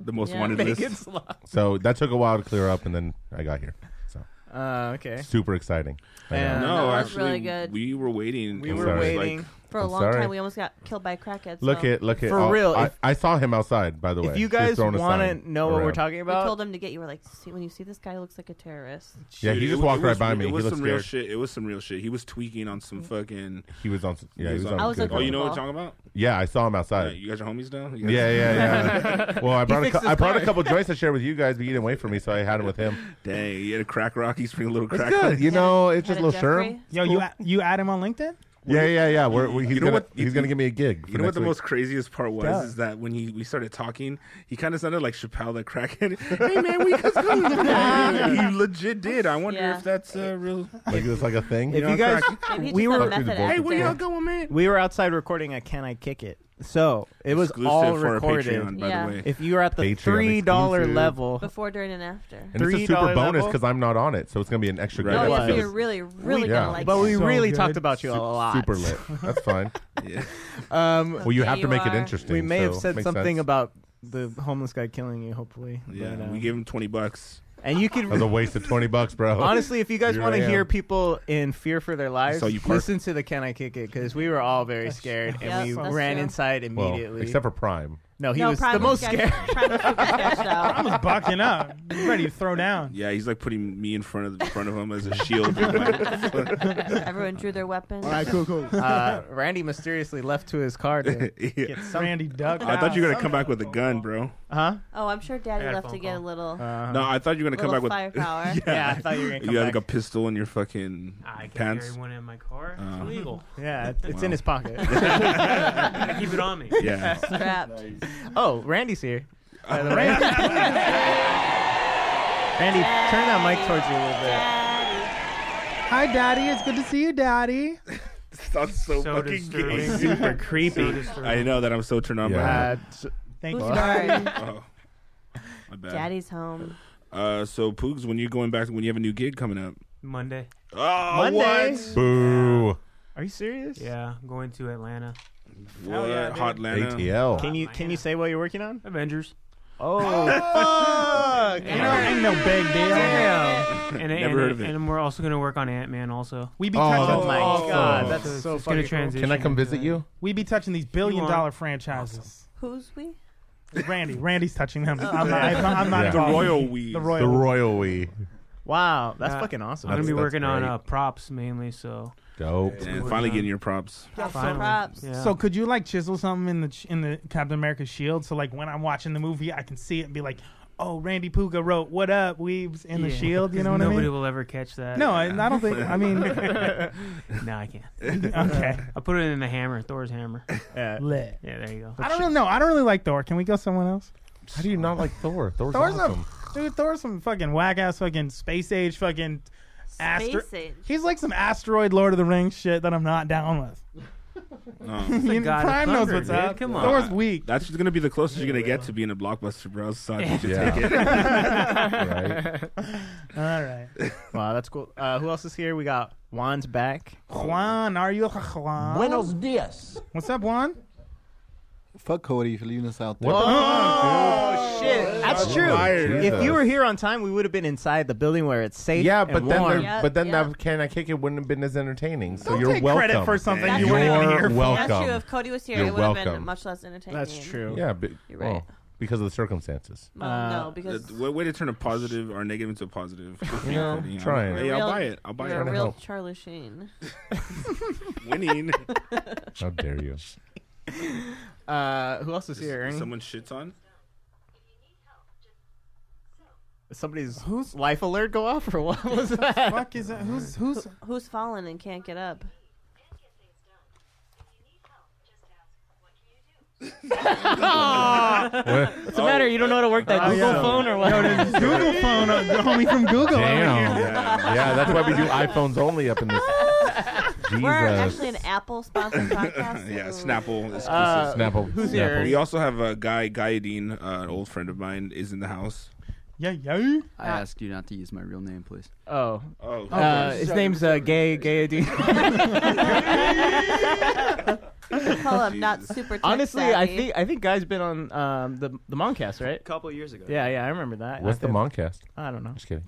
Speaker 2: the most
Speaker 1: Yeah.
Speaker 2: wanted
Speaker 8: Megan's
Speaker 2: list.
Speaker 8: locked.
Speaker 5: so that took a while to clear up, and then I got here. So
Speaker 8: Uh, okay.
Speaker 5: super exciting. I know.
Speaker 8: And-
Speaker 2: No,
Speaker 1: That was
Speaker 2: actually,
Speaker 1: really good.
Speaker 2: we were waiting.
Speaker 8: We
Speaker 5: I'm
Speaker 8: were
Speaker 5: sorry.
Speaker 8: waiting.
Speaker 1: For a
Speaker 5: I'm
Speaker 1: long
Speaker 5: sorry.
Speaker 1: time, we almost got killed by crackheads.
Speaker 5: Look
Speaker 1: so
Speaker 5: at look at
Speaker 8: For
Speaker 5: I'll-
Speaker 8: real,
Speaker 5: I,
Speaker 8: if-
Speaker 5: I saw him outside. By the way,
Speaker 8: if you guys
Speaker 5: want
Speaker 8: to know
Speaker 5: uh,
Speaker 8: what we're talking
Speaker 1: We
Speaker 8: about,
Speaker 1: told him to get you. We're like, see, when you see this guy, he looks like a terrorist.
Speaker 5: Yeah, he
Speaker 2: Dude, it
Speaker 5: just
Speaker 2: was-
Speaker 5: walked
Speaker 2: it was-
Speaker 5: right by me.
Speaker 2: It
Speaker 5: He
Speaker 2: was
Speaker 5: looked
Speaker 2: some real
Speaker 5: scared.
Speaker 2: shit. It was some real shit. He was tweaking on some fucking.
Speaker 5: He was on. Yeah, he was on.
Speaker 1: Mm. I was
Speaker 5: good
Speaker 1: like,
Speaker 2: oh, you know what I'm
Speaker 1: Google.
Speaker 2: talking about?
Speaker 5: Yeah, I saw him
Speaker 2: Yeah,
Speaker 5: outside.
Speaker 2: you guys are homies now. You guys-
Speaker 5: Yeah, yeah, yeah. well, I brought a
Speaker 8: fixed
Speaker 5: cou-
Speaker 8: his
Speaker 5: I brought a
Speaker 8: car.
Speaker 5: couple joints to share with you guys, but you didn't wait for me, so I had him with him.
Speaker 2: Dang, you had a crack rock. He's bringing a little
Speaker 5: It's
Speaker 2: crack.
Speaker 5: good, you know. It's
Speaker 1: Had
Speaker 5: just
Speaker 1: a
Speaker 5: a little
Speaker 1: Jeffrey?
Speaker 5: sherm.
Speaker 4: Yo, you a- you add him on LinkedIn?
Speaker 5: Yeah, yeah, yeah. We're, we he's
Speaker 2: You know
Speaker 5: gonna
Speaker 2: what-
Speaker 5: he's gonna give me a gig. for
Speaker 2: You know what
Speaker 5: next
Speaker 2: the
Speaker 5: week.
Speaker 2: most craziest part was
Speaker 4: Yeah.
Speaker 2: is that when he we started talking, he kind of sounded like Chappelle the crackhead. hey man, we just got He legit did. I wonder
Speaker 1: Yeah.
Speaker 2: if that's uh, real.
Speaker 5: like it's like a thing.
Speaker 8: if you guys,
Speaker 1: Maybe he
Speaker 8: we
Speaker 1: just had
Speaker 8: were
Speaker 1: a method
Speaker 5: Hey,
Speaker 2: Hey, where y'all
Speaker 1: actor.
Speaker 2: going, man?
Speaker 8: we were outside recording a "Can I Kick It," so it was
Speaker 2: Exclusive
Speaker 8: all
Speaker 2: for our
Speaker 8: recorded.
Speaker 2: Patreon, by
Speaker 1: Yeah.
Speaker 2: the way.
Speaker 8: If you were at the
Speaker 5: Patreon
Speaker 8: three dollar
Speaker 5: exclusive.
Speaker 8: level,
Speaker 1: Before, during, and after.
Speaker 5: and it's a
Speaker 8: $3
Speaker 5: super bonus
Speaker 8: level?
Speaker 5: because I'm not on it, so it's gonna be an extra
Speaker 2: Right.
Speaker 1: Oh,
Speaker 5: credit.
Speaker 1: yeah, so
Speaker 8: was.
Speaker 1: you're really, really
Speaker 5: We-
Speaker 1: gonna
Speaker 5: yeah.
Speaker 1: like
Speaker 8: but we
Speaker 1: it.
Speaker 4: So
Speaker 8: really
Speaker 4: good.
Speaker 8: talked about you a lot.
Speaker 5: Super lit. That's fine.
Speaker 2: Yeah.
Speaker 8: Um,
Speaker 5: Well, you
Speaker 1: Yeah,
Speaker 5: have to
Speaker 1: you
Speaker 5: make it
Speaker 1: are.
Speaker 5: interesting.
Speaker 8: we may
Speaker 5: so
Speaker 8: have
Speaker 5: it
Speaker 8: said
Speaker 5: makes
Speaker 8: something
Speaker 5: sense.
Speaker 8: about the homeless guy killing you. Hopefully,
Speaker 2: Yeah,
Speaker 8: But, uh,
Speaker 2: we gave him twenty bucks.
Speaker 8: and you could
Speaker 5: That was a waste of twenty bucks, bro.
Speaker 8: honestly, if you guys
Speaker 5: Here
Speaker 8: want
Speaker 5: I
Speaker 8: to
Speaker 5: am.
Speaker 8: hear people in fear for their lives,
Speaker 2: saw you park.
Speaker 8: listen to the "Can I Kick It" because we were all very scared
Speaker 1: Yeah,
Speaker 8: and we
Speaker 1: that's
Speaker 8: ran
Speaker 1: true.
Speaker 8: inside
Speaker 5: well,
Speaker 8: immediately.
Speaker 5: except for Prime.
Speaker 8: no, he
Speaker 1: no,
Speaker 8: was
Speaker 1: Prime
Speaker 8: the most
Speaker 1: was
Speaker 8: scared.
Speaker 1: sketched- Prime was super sketched
Speaker 4: I
Speaker 1: out.
Speaker 4: was bucking up, ready to throw down.
Speaker 2: Yeah, he's like putting me in front of the front of him as a shield. yeah.
Speaker 1: Everyone drew their weapons.
Speaker 8: cool, cool. Uh, Randy mysteriously left to his car. To,
Speaker 4: Randy Duck.
Speaker 2: I thought you were gonna come back with a gun, bro.
Speaker 8: huh?
Speaker 1: Oh, I'm sure Daddy
Speaker 4: had a
Speaker 1: left to
Speaker 4: phone
Speaker 1: get a
Speaker 4: call.
Speaker 1: little,
Speaker 8: Uh,
Speaker 2: No, I thought you were gonna come
Speaker 1: little
Speaker 2: back with.
Speaker 1: firepower.
Speaker 8: Yeah, I thought you were gonna come
Speaker 2: You had
Speaker 8: back.
Speaker 2: like a pistol in your fucking
Speaker 13: I can
Speaker 2: pants.
Speaker 13: carry one in my car.
Speaker 2: Uh.
Speaker 13: it's illegal.
Speaker 8: yeah, it's
Speaker 2: Wow.
Speaker 8: in his pocket.
Speaker 13: I keep it on me.
Speaker 2: Yeah.
Speaker 1: Strapped.
Speaker 8: oh, Randy's here. by the way. Randy, turn that mic towards you a little bit.
Speaker 1: Daddy.
Speaker 4: Hi, Daddy. It's good to see you, Daddy.
Speaker 2: Sounds so,
Speaker 13: So
Speaker 2: fucking
Speaker 13: disturbing.
Speaker 2: gay.
Speaker 13: Super creepy.
Speaker 2: I know that I'm so turned on
Speaker 5: Yeah.
Speaker 8: Uh, t-
Speaker 4: Thank
Speaker 1: Who's
Speaker 4: you.
Speaker 1: sorry?
Speaker 2: by. Oh, my bad.
Speaker 1: Daddy's home.
Speaker 2: Uh, so Poogs, when you're going back, when you have a new gig coming up?
Speaker 13: Monday.
Speaker 2: Oh,
Speaker 8: Monday?
Speaker 5: Boo.
Speaker 8: Are you serious?
Speaker 13: Yeah, I'm going to Atlanta.
Speaker 2: what? What?
Speaker 8: yeah, dude.
Speaker 2: Hotlanta.
Speaker 5: ATL.
Speaker 8: Can you can you say what you're working on?
Speaker 13: Avengers.
Speaker 8: Oh, fuck!
Speaker 4: You know, ain't no big deal.
Speaker 8: Damn.
Speaker 13: And, and,
Speaker 2: Never heard of it.
Speaker 13: and we're also going to work on Ant Man also.
Speaker 4: We be
Speaker 5: Oh,
Speaker 4: touching.
Speaker 8: Oh my
Speaker 5: Awesome.
Speaker 8: god, that's
Speaker 13: it's-
Speaker 8: so
Speaker 13: it's
Speaker 8: fucking
Speaker 13: gonna
Speaker 8: cool.
Speaker 13: transition.
Speaker 5: Can I come
Speaker 13: into
Speaker 5: visit
Speaker 13: that.
Speaker 5: you?
Speaker 4: We be touching these billion
Speaker 13: are.
Speaker 4: dollar franchises.
Speaker 1: Who's we?
Speaker 13: Oh,
Speaker 4: Randy, Randy's touching them. I'm not. I'm not. I'm not
Speaker 5: Yeah.
Speaker 2: The
Speaker 4: involved.
Speaker 2: Royal Weed.
Speaker 4: The
Speaker 5: The
Speaker 4: royal.
Speaker 5: Royal We.
Speaker 8: Wow, that's
Speaker 13: Uh,
Speaker 8: fucking awesome.
Speaker 13: I'm gonna be
Speaker 2: That's- that's
Speaker 13: working on
Speaker 2: great.
Speaker 13: uh, props mainly, so
Speaker 5: Dope.
Speaker 2: And finally getting your props.
Speaker 1: Props for
Speaker 13: Finally.
Speaker 1: props.
Speaker 13: Yeah.
Speaker 4: So could you like chisel something in the ch- in the Captain America shield so like when I'm watching the movie I can see it and be like, oh, Randy Puga wrote "What up, Weaves" in the
Speaker 13: Yeah.
Speaker 4: shield. You know what
Speaker 13: nobody
Speaker 4: I mean?
Speaker 13: will ever catch that.
Speaker 4: No, I, I don't think. I mean,
Speaker 13: no, I can't.
Speaker 4: okay.
Speaker 13: I put it in the hammer, Thor's hammer.
Speaker 8: Yeah.
Speaker 4: Lit.
Speaker 13: Yeah, there you go.
Speaker 4: I don't really know. I don't really like Thor. Can we go someone else?
Speaker 5: How do you not like Thor? Thor's,
Speaker 4: Thor's a-
Speaker 5: awesome.
Speaker 4: Dude, Thor's some fucking whack ass fucking space age fucking astro.
Speaker 1: Space age.
Speaker 4: He's like some asteroid Lord of the Rings shit that I'm not down with.
Speaker 2: No.
Speaker 4: You-
Speaker 13: god of
Speaker 4: Prime knows
Speaker 13: thunder,
Speaker 4: what's
Speaker 13: dude.
Speaker 4: up.
Speaker 13: Come
Speaker 4: Thor's
Speaker 2: on.
Speaker 4: weak.
Speaker 2: Um, That's just gonna be the closest you're gonna get to being a blockbuster, bro. So you should
Speaker 5: Yeah.
Speaker 2: take it.
Speaker 5: right?
Speaker 4: All right.
Speaker 8: Wow, that's cool. Uh, who else is here? We got Juan's back.
Speaker 4: Juan, are you Juan? Buenos dias. What's up, Juan?
Speaker 7: Fuck Cody for leaving us out there.
Speaker 5: What the
Speaker 8: Oh shit, that's true.
Speaker 2: Fired.
Speaker 8: If you were here on time, we would have been inside the building where it's safe.
Speaker 5: Yeah,
Speaker 8: and
Speaker 5: but then
Speaker 8: warm.
Speaker 5: there,
Speaker 1: Yeah,
Speaker 5: but then
Speaker 1: yeah.
Speaker 5: that can I kick it wouldn't have been as entertaining. So
Speaker 4: Don't
Speaker 5: you're
Speaker 4: take
Speaker 5: welcome.
Speaker 4: credit for something
Speaker 1: That's
Speaker 4: you weren't even
Speaker 5: You're
Speaker 4: here for.
Speaker 5: welcome.
Speaker 1: That's true. If Cody was here,
Speaker 5: You're
Speaker 1: it would have been
Speaker 5: welcome.
Speaker 1: much less entertaining.
Speaker 8: that's true.
Speaker 5: Yeah, but,
Speaker 1: You're
Speaker 5: well,
Speaker 1: right.
Speaker 5: because of the circumstances.
Speaker 1: Well,
Speaker 8: Uh,
Speaker 1: no,
Speaker 2: Uh,
Speaker 1: because
Speaker 2: What way to turn a positive or negative into a positive? Good for you,
Speaker 5: know,
Speaker 2: Cody. I'm-
Speaker 5: trying.
Speaker 2: Hey,
Speaker 1: Real-
Speaker 2: I'll buy it. I'll buy
Speaker 1: you're a
Speaker 5: trying to
Speaker 2: it.
Speaker 1: real
Speaker 5: help.
Speaker 1: Charlie Sheen.
Speaker 2: Winning.
Speaker 5: How dare you?
Speaker 8: Uh, who else is here? Ernie?
Speaker 2: Someone shits on.
Speaker 8: Somebody's whose life alert go off or what was that?
Speaker 4: Fuck is that? Who's who's?
Speaker 1: Who's fallen and can't get up?
Speaker 8: What's the matter? You don't know how to work
Speaker 4: Oh,
Speaker 8: that Google phone or what?
Speaker 4: Google phone, uh, the homie from Google.
Speaker 5: Damn.
Speaker 2: Yeah.
Speaker 5: yeah, that's why we do iPhones only up in this. Jesus.
Speaker 1: We're actually an Apple sponsored podcast.
Speaker 2: Oh. yeah,
Speaker 1: Ooh.
Speaker 2: Snapple exclusive.
Speaker 5: Uh, Snapple.
Speaker 8: Uh, Who's
Speaker 5: Snapple.
Speaker 8: here?
Speaker 2: we also have a guy, Guy Dean, uh, an old friend of mine, is in the house.
Speaker 4: Yeah, yeah.
Speaker 14: I asked you not to use my real name, please.
Speaker 8: Uh, Oh,
Speaker 2: Oh,
Speaker 8: uh, his name's uh, Gay Gayadine.
Speaker 1: Call up not
Speaker 2: Jesus.
Speaker 1: super. tech
Speaker 8: Honestly, I
Speaker 1: savvy.
Speaker 8: think I think Guy's been on um, the the Moncast, right?
Speaker 14: A couple years ago.
Speaker 8: Yeah, yeah, I remember that.
Speaker 5: What's
Speaker 8: I
Speaker 5: the
Speaker 8: think-
Speaker 5: Moncast?
Speaker 8: I don't know.
Speaker 5: Just kidding.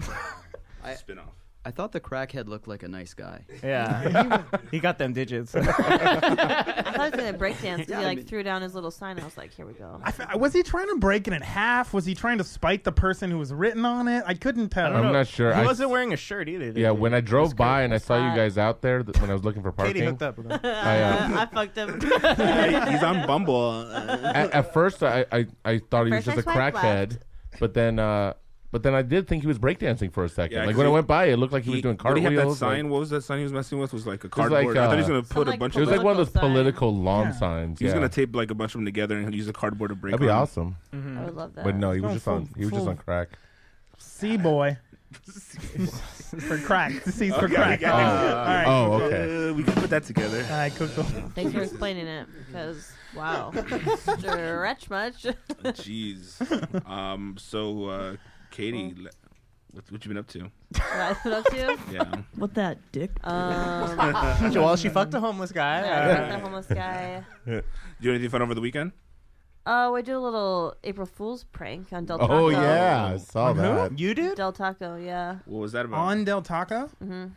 Speaker 2: spin off.
Speaker 14: I thought the crackhead looked like a nice guy.
Speaker 8: Yeah, he got them digits.
Speaker 1: I thought it was gonna breakdance. He
Speaker 14: Yeah, I
Speaker 1: like
Speaker 14: mean-
Speaker 1: threw down his little sign. I was like, here we go.
Speaker 4: I f- was he trying to break it in half? Was he trying to spite the person who was written on it? I couldn't tell.
Speaker 5: I'm not sure.
Speaker 8: He
Speaker 5: I-
Speaker 8: wasn't wearing a shirt either. did
Speaker 5: yeah,
Speaker 8: he?
Speaker 5: when I drove by and I saw you
Speaker 1: hot.
Speaker 5: guys out there th- when I was looking for parking.
Speaker 8: Katie hooked up with him.
Speaker 5: I, uh,
Speaker 1: I fucked him.
Speaker 2: He's on Bumble. Uh,
Speaker 5: at, at first I, I, I thought he was
Speaker 1: First
Speaker 5: just
Speaker 1: I
Speaker 5: a
Speaker 1: swiped
Speaker 5: crackhead, but then uh, but then I did think he was breakdancing for a second.
Speaker 2: Yeah,
Speaker 5: like
Speaker 2: 'cause
Speaker 5: when I
Speaker 2: he-
Speaker 5: went by, it looked like he, was doing
Speaker 2: what do you
Speaker 5: cartwheels.
Speaker 2: have that
Speaker 5: like-
Speaker 2: sign. what was that sign he was messing with? Was like a
Speaker 5: was
Speaker 2: cardboard.
Speaker 5: like,
Speaker 2: I thought he was
Speaker 5: uh,
Speaker 2: gonna put a
Speaker 1: like,
Speaker 2: bunch
Speaker 5: it was
Speaker 2: of.
Speaker 5: like one of those
Speaker 1: Political sign.
Speaker 5: political lawn signs.
Speaker 2: He's
Speaker 5: yeah.
Speaker 2: gonna tape like a bunch of them together and he'll use a cardboard to break.
Speaker 5: That'd be
Speaker 2: on 'em.
Speaker 5: awesome.
Speaker 1: I would love that.
Speaker 5: But no, he was
Speaker 4: No,
Speaker 5: just on
Speaker 4: full-
Speaker 5: he was just
Speaker 4: full-
Speaker 5: on crack.
Speaker 4: Sea boy. for crack. This is for
Speaker 2: Okay,
Speaker 4: crack.
Speaker 2: okay.
Speaker 4: All right.
Speaker 5: Oh, okay.
Speaker 2: Uh, we can put that together.
Speaker 4: All right, cool, cool.
Speaker 1: Thanks for explaining it because wow, stretch much.
Speaker 2: Jeez. Um. So, uh, Katie, le- what, what you been up to?
Speaker 1: what I up to.
Speaker 2: Yeah.
Speaker 1: With that dick. Um,
Speaker 8: Well, she fucked a homeless guy. Uh,
Speaker 1: the homeless guy.
Speaker 2: Do you do anything fun over the weekend?
Speaker 1: Oh, we did a little April Fool's prank on Del Taco.
Speaker 5: Oh yeah, I saw that.
Speaker 8: You did?
Speaker 1: Del Taco, yeah.
Speaker 2: What was that about?
Speaker 4: On Del Taco? So
Speaker 2: Do wanna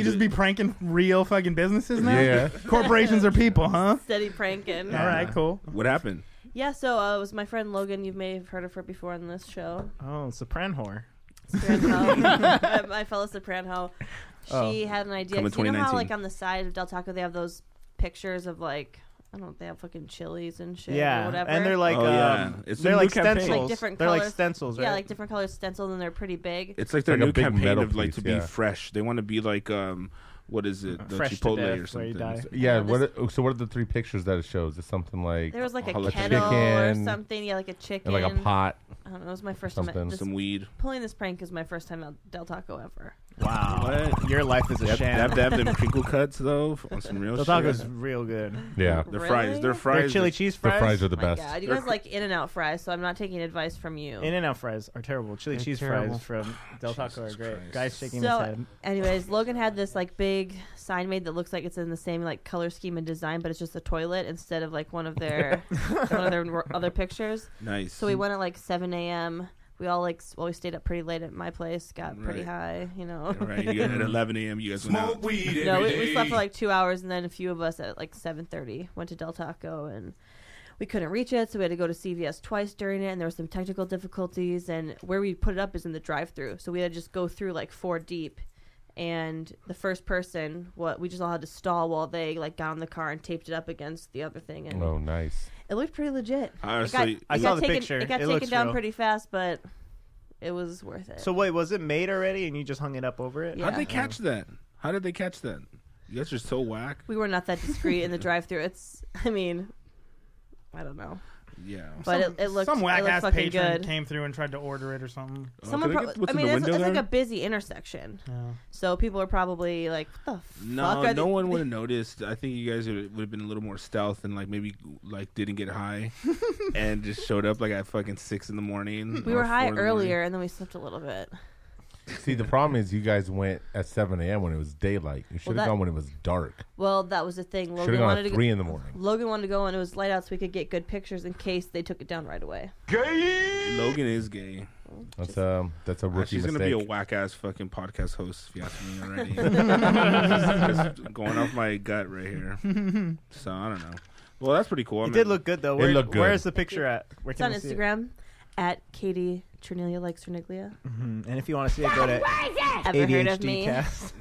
Speaker 4: you just be
Speaker 2: do-
Speaker 4: pranking real fucking businesses now?
Speaker 5: Yeah.
Speaker 4: Corporations are people, huh?
Speaker 1: Steady pranking.
Speaker 4: All right, cool.
Speaker 2: What happened?
Speaker 1: Yeah, so uh, it was my friend Logan. You may have heard of her before on this show.
Speaker 8: Oh, Sopran whore.
Speaker 1: Soprano, my fellow Soprano. She
Speaker 8: Oh.
Speaker 1: had an idea.
Speaker 2: Come in
Speaker 1: 'cause You know how
Speaker 2: 2019.
Speaker 1: like on the side of Del Taco they have those pictures of like I don't know, they have fucking chilies and shit
Speaker 8: Yeah,
Speaker 1: or whatever.
Speaker 8: and they're like,
Speaker 2: Oh, yeah.
Speaker 8: um,
Speaker 2: It's
Speaker 8: they're
Speaker 2: a new
Speaker 8: like
Speaker 2: campaign.
Speaker 8: stencils.
Speaker 1: Like different
Speaker 8: they're like
Speaker 1: colours.
Speaker 8: stencils, right?
Speaker 1: yeah, like different colors stenciled and they're pretty big.
Speaker 2: It's like their
Speaker 5: Like a
Speaker 2: new
Speaker 5: big
Speaker 2: campaign
Speaker 5: metal
Speaker 2: of like
Speaker 5: piece,
Speaker 2: to be
Speaker 5: yeah.
Speaker 2: fresh. They want to be like um, what is it? The
Speaker 8: Fresh to
Speaker 2: Chipotle
Speaker 8: death,
Speaker 2: or
Speaker 8: where you
Speaker 2: something.
Speaker 8: die.
Speaker 5: Yeah,
Speaker 1: know,
Speaker 5: what are, oh, so what are the three pictures that it shows? It's something like
Speaker 1: There was like a
Speaker 2: Like a
Speaker 1: kettle
Speaker 5: chicken,
Speaker 1: or something. Yeah, like a
Speaker 5: and
Speaker 1: chicken.
Speaker 5: like a pot.
Speaker 1: I don't know. It was my first time.
Speaker 5: something.
Speaker 1: Just
Speaker 2: Some weed.
Speaker 1: pulling this prank is my first time at Del Taco ever.
Speaker 8: wow, your life is a
Speaker 2: They
Speaker 8: sham.
Speaker 2: have to have them crinkle cuts though on some real
Speaker 8: the
Speaker 2: shit.
Speaker 8: taco's real good.
Speaker 5: Yeah,
Speaker 2: Their
Speaker 1: Really?
Speaker 2: fries. Their fries.
Speaker 8: Their chili cheese
Speaker 5: the
Speaker 8: fries.
Speaker 5: fries are the
Speaker 1: my
Speaker 5: best.
Speaker 1: God, you guys like In and Out fries, so I'm not taking advice from you.
Speaker 8: In and out fries are terrible. Chili
Speaker 13: They're
Speaker 8: cheese
Speaker 13: terrible.
Speaker 8: fries from Del Taco are great.
Speaker 2: Christ.
Speaker 8: Guy's shaking
Speaker 1: So-
Speaker 8: his head.
Speaker 1: Anyways, Logan had this like big sign made that looks like it's in the same like color scheme and design, but it's just a toilet instead of like one of their one of their other pictures.
Speaker 2: Nice.
Speaker 1: So we went at like 7 a.m. We all like s- well, we stayed up pretty late at my place, got pretty
Speaker 2: Right.
Speaker 1: high, you know.
Speaker 2: All right, you guys- at 11 a.m. You guys went out.
Speaker 1: no, we, we slept for like two hours, and then a few of us at like 7:30 went to Del Taco, and we couldn't reach it, so we had to go to CVS twice during it, and there were some technical difficulties. And where we put it up is in the drive-through, so we had to just go through like four deep. And the first person, what we just all had to stall while they like got in the car and taped it up against the other thing. And
Speaker 5: Oh, nice.
Speaker 1: it looked pretty legit.
Speaker 5: Uh,
Speaker 1: It
Speaker 5: so
Speaker 1: got-
Speaker 5: y-
Speaker 1: it
Speaker 5: I
Speaker 1: got
Speaker 5: saw the
Speaker 1: taken-
Speaker 8: picture.
Speaker 1: It got
Speaker 8: It
Speaker 1: taken
Speaker 8: looks
Speaker 1: down
Speaker 8: real.
Speaker 1: pretty fast, but it was worth it.
Speaker 8: So wait, was it made already and you just hung it up over it?
Speaker 2: How'd they catch that? How did they catch that? You guys are so whack.
Speaker 1: we were not that discreet in the drive-through. It's, I mean, I don't know.
Speaker 2: Yeah.
Speaker 1: But it, it looked
Speaker 13: some whack
Speaker 1: it looked
Speaker 13: ass
Speaker 1: fucking
Speaker 13: patron
Speaker 1: good.
Speaker 13: came through and tried to order it or something.
Speaker 2: Oh,
Speaker 1: Someone, prob- I mean, it's, it's like a busy intersection, so people are probably like, "What the fuck?"
Speaker 2: No,
Speaker 1: are
Speaker 2: no
Speaker 1: they-
Speaker 2: one would have noticed. I think you guys would have been a little more stealth and like maybe like didn't get high and just showed up like at fucking six in the morning.
Speaker 1: We
Speaker 2: or
Speaker 1: were
Speaker 2: four
Speaker 1: high
Speaker 2: in the morning.
Speaker 1: earlier, and then we slept a little bit.
Speaker 5: See, the problem is you guys went at 7 a.m. when it was daylight. You should have
Speaker 1: that-
Speaker 5: gone when it was dark.
Speaker 1: Well, that was the thing. Logan
Speaker 5: gone at
Speaker 1: wanted to go-
Speaker 5: three in the morning.
Speaker 1: Logan wanted to go, and it was light out, so we could get good pictures in case they took it down right away.
Speaker 2: Logan is gay.
Speaker 5: That's um, that's a
Speaker 2: Uh,
Speaker 5: rookie
Speaker 2: she's gonna be
Speaker 5: mistake.
Speaker 2: a whack ass fucking podcast host if you ask me already. Just going off my gut right here. So I don't know. Well, that's pretty cool.
Speaker 8: It did look good though. Where, Where's the picture at? Where
Speaker 1: it's
Speaker 8: can
Speaker 1: on
Speaker 8: we see it?
Speaker 1: Instagram at Katie Ternelia likes Terniglia.
Speaker 8: Mhm. And if you want to see it, go to
Speaker 1: Ever heard of
Speaker 8: ADHD
Speaker 1: me?
Speaker 8: Cast.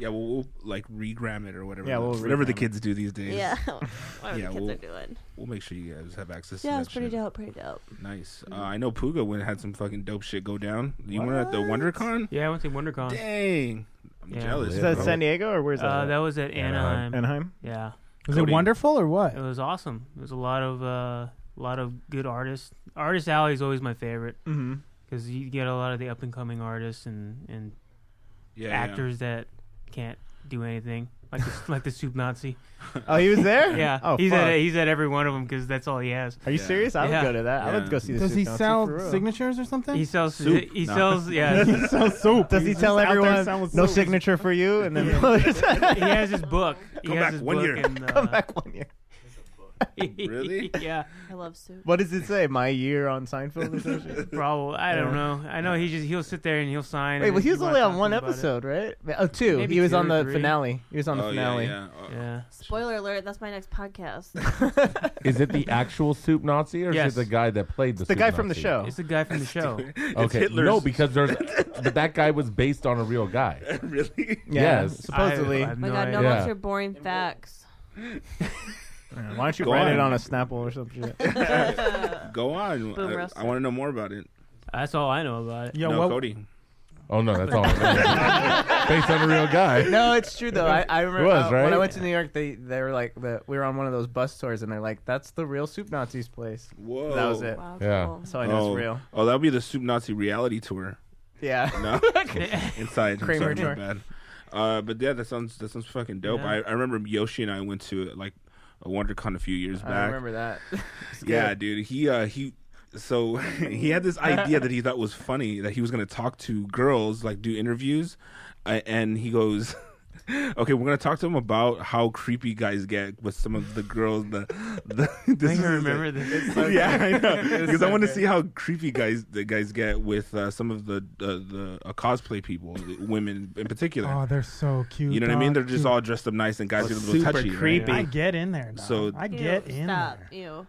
Speaker 2: Yeah, we'll, we'll like regram it or whatever.
Speaker 8: Yeah,
Speaker 2: the-
Speaker 8: we'll
Speaker 2: whatever the
Speaker 8: regram it.
Speaker 2: kids do these days.
Speaker 1: Yeah. Whatever the kids are doing.
Speaker 2: We'll make sure you guys have access. to
Speaker 1: Yeah,
Speaker 2: that
Speaker 1: it was pretty
Speaker 2: shit.
Speaker 1: dope. Pretty dope.
Speaker 2: Nice. Uh, I know Puga went had some fucking dope shit go down. You were at the WonderCon.
Speaker 13: Yeah, I went to WonderCon.
Speaker 2: Dang, I'm jealous.
Speaker 8: Is that San Diego or where's that?
Speaker 13: Uh,
Speaker 8: at?
Speaker 13: that was at Anaheim.
Speaker 8: Anaheim.
Speaker 13: Yeah.
Speaker 4: Was it wonderful or what?
Speaker 13: It was awesome. It was a lot of uh, lot of good artists. Artist Alley is always my favorite because
Speaker 8: Mhm.
Speaker 13: you get a lot of the up and coming artists and and
Speaker 2: Yeah, yeah.
Speaker 13: actors that can't do anything like the, like the soup Nazi.
Speaker 8: Oh, he was there?
Speaker 13: yeah.
Speaker 8: Oh,
Speaker 13: he's
Speaker 8: fuck.
Speaker 13: at he's at every one of them because that's all he has.
Speaker 8: Are you Yeah. serious? I would go to that. I would go see the Does soup he Nazi sell for real.
Speaker 4: signatures or something?
Speaker 13: He sells.
Speaker 8: Soup.
Speaker 13: He
Speaker 8: No.
Speaker 13: sells. Yeah.
Speaker 8: He sells soup. Does he
Speaker 13: He's
Speaker 8: tell
Speaker 13: just out there
Speaker 8: everyone,
Speaker 13: selling
Speaker 8: "No
Speaker 13: soup."
Speaker 8: signature for you," and then-
Speaker 13: Yeah. he has his book. He
Speaker 8: Come
Speaker 13: has
Speaker 8: back
Speaker 13: his
Speaker 8: one
Speaker 13: book
Speaker 8: year.
Speaker 13: and, uh,
Speaker 8: Come back one year.
Speaker 13: really? yeah.
Speaker 1: I love soup.
Speaker 8: What does it say? My year on
Speaker 2: Oh,
Speaker 8: Seinfeld or something?
Speaker 13: Probably. I don't
Speaker 8: Yeah.
Speaker 13: know. I know he just he'll sit there and he'll sign.
Speaker 8: Wait,
Speaker 13: and
Speaker 8: well, he
Speaker 13: if
Speaker 8: was
Speaker 13: you
Speaker 8: only
Speaker 13: want
Speaker 8: on one
Speaker 13: something about it-
Speaker 8: episode, right? Oh, two.
Speaker 13: Maybe
Speaker 8: he was
Speaker 13: two
Speaker 8: on
Speaker 13: or
Speaker 8: the
Speaker 13: three.
Speaker 8: finale. He was on the
Speaker 2: Oh, yeah,
Speaker 8: finale.
Speaker 2: yeah.
Speaker 13: Yeah.
Speaker 1: Spoiler alert! That's my next podcast. Oh
Speaker 5: Is it the actual soup Nazi or
Speaker 13: Yes.
Speaker 5: is it the guy that played the?
Speaker 8: the
Speaker 5: Soup
Speaker 8: guy from the
Speaker 5: Nazi?
Speaker 8: show.
Speaker 13: It's the guy from the show.
Speaker 5: Okay, no, because there's, but that guy was based on a real guy.
Speaker 2: really?
Speaker 8: Yeah,
Speaker 5: Yes,
Speaker 8: supposedly. I- I
Speaker 1: Oh my God, no
Speaker 5: Yeah.
Speaker 1: longer boring facts.
Speaker 8: Yeah, Why don't you
Speaker 2: Go
Speaker 8: write
Speaker 2: on.
Speaker 8: it on a Snapple or something?
Speaker 2: Go
Speaker 1: Boom
Speaker 2: on. I- I,
Speaker 1: roasted.
Speaker 2: want to know more about it.
Speaker 13: That's all I know about it.
Speaker 8: Yo,
Speaker 2: no,
Speaker 8: what-
Speaker 2: Cody.
Speaker 5: Oh no, that's all. I know. based on a real guy.
Speaker 8: no, it's true though. I, I remember
Speaker 5: It was,
Speaker 8: uh,
Speaker 5: right?
Speaker 8: when I went to New York, they they were like the, we were on one of those bus tours, and they're like, "That's the real Soup Nazis place."
Speaker 2: Whoa.
Speaker 8: that was it.
Speaker 1: Wow,
Speaker 5: Yeah.
Speaker 1: cool.
Speaker 8: So I know
Speaker 2: oh,
Speaker 8: it's real.
Speaker 2: Oh, that'll be the Soup Nazi reality tour.
Speaker 8: Yeah.
Speaker 2: No, inside. I'm
Speaker 8: Kramer
Speaker 2: sorry, my
Speaker 8: tour.
Speaker 2: bad. Uh, but yeah, that sounds that sounds fucking dope.
Speaker 8: Yeah.
Speaker 2: I, I remember Yoshi and I went to like a WonderCon a few years
Speaker 8: I
Speaker 2: back.
Speaker 8: remember that.
Speaker 2: Yeah, dude. He uh he so he had this idea that he thought was funny that he was going to talk to girls, like do interviews, uh, and he goes Okay, we're gonna talk to him about how creepy guys get with some of the girls. The, the this
Speaker 13: I
Speaker 2: is-
Speaker 13: remember this.
Speaker 2: yeah, I know.
Speaker 13: It's
Speaker 2: Because I
Speaker 13: so
Speaker 2: want to
Speaker 13: good.
Speaker 2: see how creepy guys the guys get with uh, some of the the, the uh, cosplay people, the women in particular.
Speaker 4: Oh, they're so cute.
Speaker 2: you know what I mean? They're
Speaker 4: dog.
Speaker 2: just
Speaker 4: Cute.
Speaker 2: all dressed up nice, and guys get a little
Speaker 4: Super
Speaker 2: touchy. right?
Speaker 4: creepy. I get in there. Dog.
Speaker 2: So-
Speaker 4: I
Speaker 1: Ew,
Speaker 4: get in
Speaker 1: Stop.
Speaker 4: there.
Speaker 1: Ew.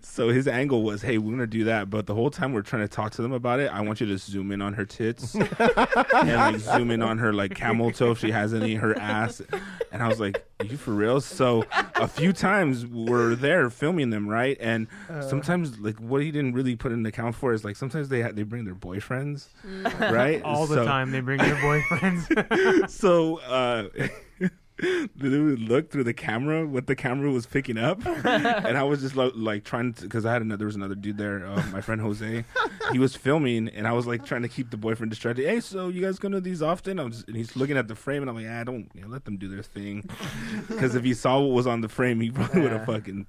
Speaker 2: So his angle was, hey, we're gonna do that, but the whole time we're trying to talk to them about it, I want you to zoom in on her tits and like zoom in on her like camel toe if she has any, her ass. And I was like, you for real? So a few times we're there filming them, right? And
Speaker 13: Uh.
Speaker 2: sometimes like what he didn't really put an account for is like sometimes they ha- they bring their boyfriends, right?
Speaker 13: All the
Speaker 2: So-
Speaker 13: time they bring their boyfriends.
Speaker 2: so uh they would look through the camera what the camera was picking up and i was just like, like trying to because i had another there was another dude there uh, my friend jose he was filming and i was like trying to keep the boyfriend distracted hey so you guys go to these often i'm just and he's looking at the frame and i'm like i don't you know, let them do their thing because if he saw what was on the frame he probably would
Speaker 8: Yeah.
Speaker 2: have fucking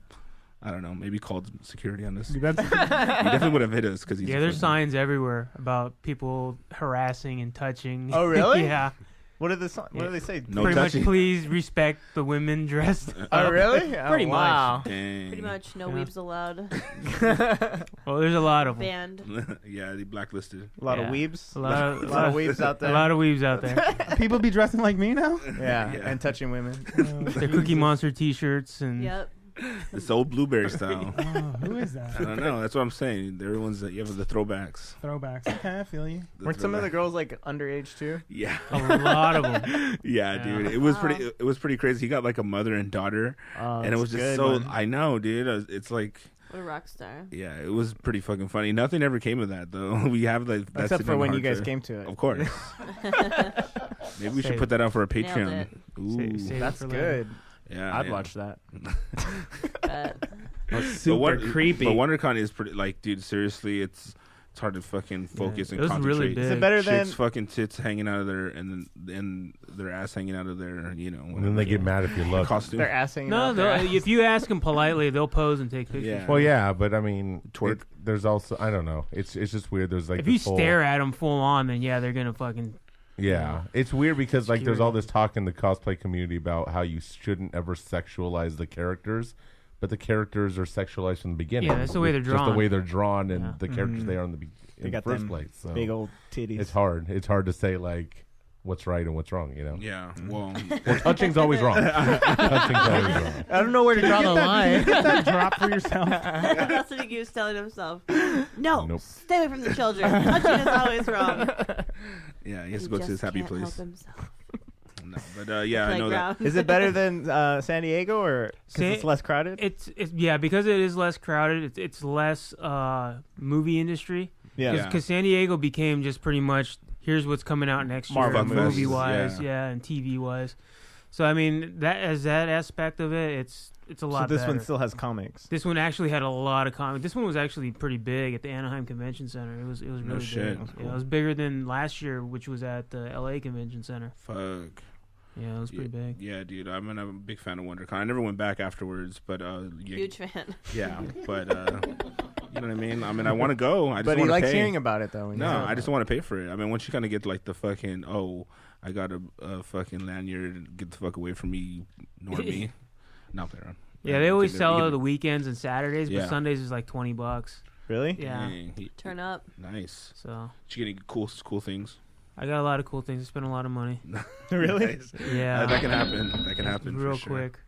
Speaker 2: i don't know maybe called security on us he
Speaker 4: That's,
Speaker 2: definitely would have hit us because he's
Speaker 13: yeah, there's
Speaker 2: fucking-
Speaker 13: signs everywhere about people harassing and touching.
Speaker 8: Oh, really?
Speaker 13: yeah.
Speaker 8: What did the song, what do they say?
Speaker 2: No
Speaker 13: Pretty
Speaker 2: touching.
Speaker 13: much, please respect the women dressed.
Speaker 8: Oh
Speaker 13: up.
Speaker 8: really? Oh,
Speaker 13: Pretty
Speaker 8: wow.
Speaker 2: Dang.
Speaker 1: Pretty much no
Speaker 13: Yeah.
Speaker 1: weebs allowed.
Speaker 13: much. Well, there's a lot of them.
Speaker 1: Banned.
Speaker 2: yeah they blacklisted
Speaker 8: A lot
Speaker 13: Yeah.
Speaker 8: of weebs.
Speaker 13: A lot of,
Speaker 8: A lot of weebs out there.
Speaker 13: A lot of weaves out there.
Speaker 4: people
Speaker 9: Oh,
Speaker 4: be dressing like me now.
Speaker 8: yeah,
Speaker 2: Yeah.
Speaker 8: and touching women.
Speaker 13: Their Cookie Monster T-shirts and
Speaker 1: Yep.
Speaker 2: It's old blueberry style.
Speaker 9: Oh, who is that?
Speaker 2: I don't know. That's what I'm saying. Everyone's you have the throwbacks.
Speaker 9: Throwbacks. Okay, I feel you.
Speaker 2: The
Speaker 8: Weren't some of the
Speaker 2: throwback.
Speaker 8: girls like underage too?
Speaker 2: Yeah, yeah,
Speaker 8: Yeah.
Speaker 2: dude, it was
Speaker 8: Wow.
Speaker 2: pretty. It was pretty crazy. He got like a mother and daughter,
Speaker 1: Oh,
Speaker 2: and it
Speaker 1: that's
Speaker 2: was just
Speaker 1: good,
Speaker 2: so.
Speaker 1: man.
Speaker 2: I know, dude. I was- It's like,
Speaker 1: What a rock star.
Speaker 2: yeah, it was pretty fucking funny. Nothing ever came of that though. We have like that's Oh.
Speaker 8: Except
Speaker 2: the
Speaker 8: for
Speaker 2: damn
Speaker 8: when
Speaker 2: hard
Speaker 8: you guys came to it.
Speaker 2: Of course. Maybe we should
Speaker 8: Save
Speaker 2: put that out for a
Speaker 8: it. Nailed
Speaker 2: Patreon.
Speaker 8: it.
Speaker 2: Ooh,
Speaker 8: Save- save it That's for later. good.
Speaker 2: Yeah,
Speaker 8: I'd
Speaker 2: yeah.
Speaker 8: watch that.
Speaker 2: But
Speaker 8: super
Speaker 2: Wonder-
Speaker 8: creepy.
Speaker 2: But WonderCon is pretty like, dude. Seriously, it's it's hard to fucking focus
Speaker 8: It
Speaker 2: and
Speaker 8: was
Speaker 2: concentrate.
Speaker 8: really Is it big. better
Speaker 2: Chicks
Speaker 8: than-
Speaker 2: fucking tits hanging out of their and and their ass hanging out of their you know.
Speaker 5: And then they get mad if you look.
Speaker 2: Costume.
Speaker 8: Their ass hanging
Speaker 13: No,
Speaker 8: out their
Speaker 13: they'll-
Speaker 8: ass.
Speaker 13: if you ask them politely, they'll pose and take pictures.
Speaker 5: Well, yeah, but I mean,
Speaker 2: Twerk.
Speaker 5: it- there's also I don't know. It's it's just weird. There's like
Speaker 13: if
Speaker 5: this
Speaker 13: you
Speaker 5: whole-
Speaker 13: stare at them full on, then yeah, they're gonna fucking.
Speaker 5: Yeah, it's weird because like there's all this talk in the cosplay community about how you shouldn't ever sexualize the characters, but the characters are sexualized from the beginning.
Speaker 13: Yeah, that's the way they're
Speaker 5: Just
Speaker 13: drawn. Mm-hmm.
Speaker 5: the way they're drawn and the characters
Speaker 8: Mhm.
Speaker 5: they are in the, be- in
Speaker 8: They
Speaker 5: the
Speaker 8: got
Speaker 5: first
Speaker 8: them
Speaker 5: place. So
Speaker 8: big old titties.
Speaker 5: It's hard. It's hard to say like what's right and what's wrong. You know.
Speaker 2: Yeah.
Speaker 5: Well,
Speaker 2: Well-
Speaker 5: touching's always wrong. touching's always wrong.
Speaker 8: I don't know where to
Speaker 9: Can you
Speaker 8: draw
Speaker 9: get
Speaker 8: the
Speaker 9: that-
Speaker 8: line.
Speaker 9: can you get that drop for yourself?
Speaker 1: That's what he keeps telling himself. No,
Speaker 2: Nope.
Speaker 1: stay away from the children. Touching is always wrong.
Speaker 2: Yeah, he has to
Speaker 1: He
Speaker 2: go to
Speaker 1: just
Speaker 2: his happy
Speaker 1: can't help
Speaker 2: place. No, but uh, yeah, I know that.
Speaker 1: Playground.
Speaker 8: Is it better than uh, San Diego or because
Speaker 13: Say-
Speaker 8: it's less crowded?
Speaker 13: It's, it's yeah because it is less crowded. It's it's less uh, movie industry.
Speaker 8: Yeah.
Speaker 13: because
Speaker 8: Yeah.
Speaker 13: San Diego became just pretty much here's what's coming out next
Speaker 8: Marvel
Speaker 13: year,
Speaker 8: movies,
Speaker 13: movie wise,
Speaker 8: yeah.
Speaker 13: yeah. and TV wise. So I mean that as that aspect of it, it's it's a
Speaker 8: So
Speaker 13: lot.
Speaker 8: this one
Speaker 13: better.
Speaker 8: still has comics.
Speaker 13: This one actually had a lot of comics. This one was actually pretty big at the Anaheim Convention Center. It was it was
Speaker 2: No
Speaker 13: really
Speaker 2: shit.
Speaker 13: big.
Speaker 2: That's
Speaker 13: Yeah,
Speaker 2: cool.
Speaker 13: it was bigger than last year, which was at the LA Convention Center.
Speaker 2: Fuck.
Speaker 13: Yeah, it was pretty
Speaker 2: yeah,
Speaker 13: big.
Speaker 2: Yeah, dude, I'm, an, I'm a big fan of WonderCon. I never went back afterwards, but uh, yeah,
Speaker 1: Huge fan.
Speaker 2: Yeah, but uh, you know what I mean. I mean, I want to go. I just
Speaker 8: But he
Speaker 2: wanna
Speaker 8: likes
Speaker 2: pay.
Speaker 8: hearing about it, though, when
Speaker 2: No,
Speaker 8: he's out.
Speaker 2: I just want to pay for it. I mean, once you kind of get like the fucking oh, I got a, a fucking lanyard. Get the fuck away from me, normie. Not play around.
Speaker 13: Yeah, they always sell the weekends and Saturdays, but
Speaker 2: Yeah.
Speaker 13: Sundays is like twenty bucks.
Speaker 8: Really?
Speaker 13: Yeah.
Speaker 1: Turn up.
Speaker 2: Nice.
Speaker 13: So
Speaker 2: Did you get any cool cool things?
Speaker 13: I got a lot of cool things. I spent a lot of money.
Speaker 2: Really?
Speaker 13: Yeah.
Speaker 2: Uh, that can happen. That can happen for
Speaker 13: Real
Speaker 2: sure.
Speaker 13: quick.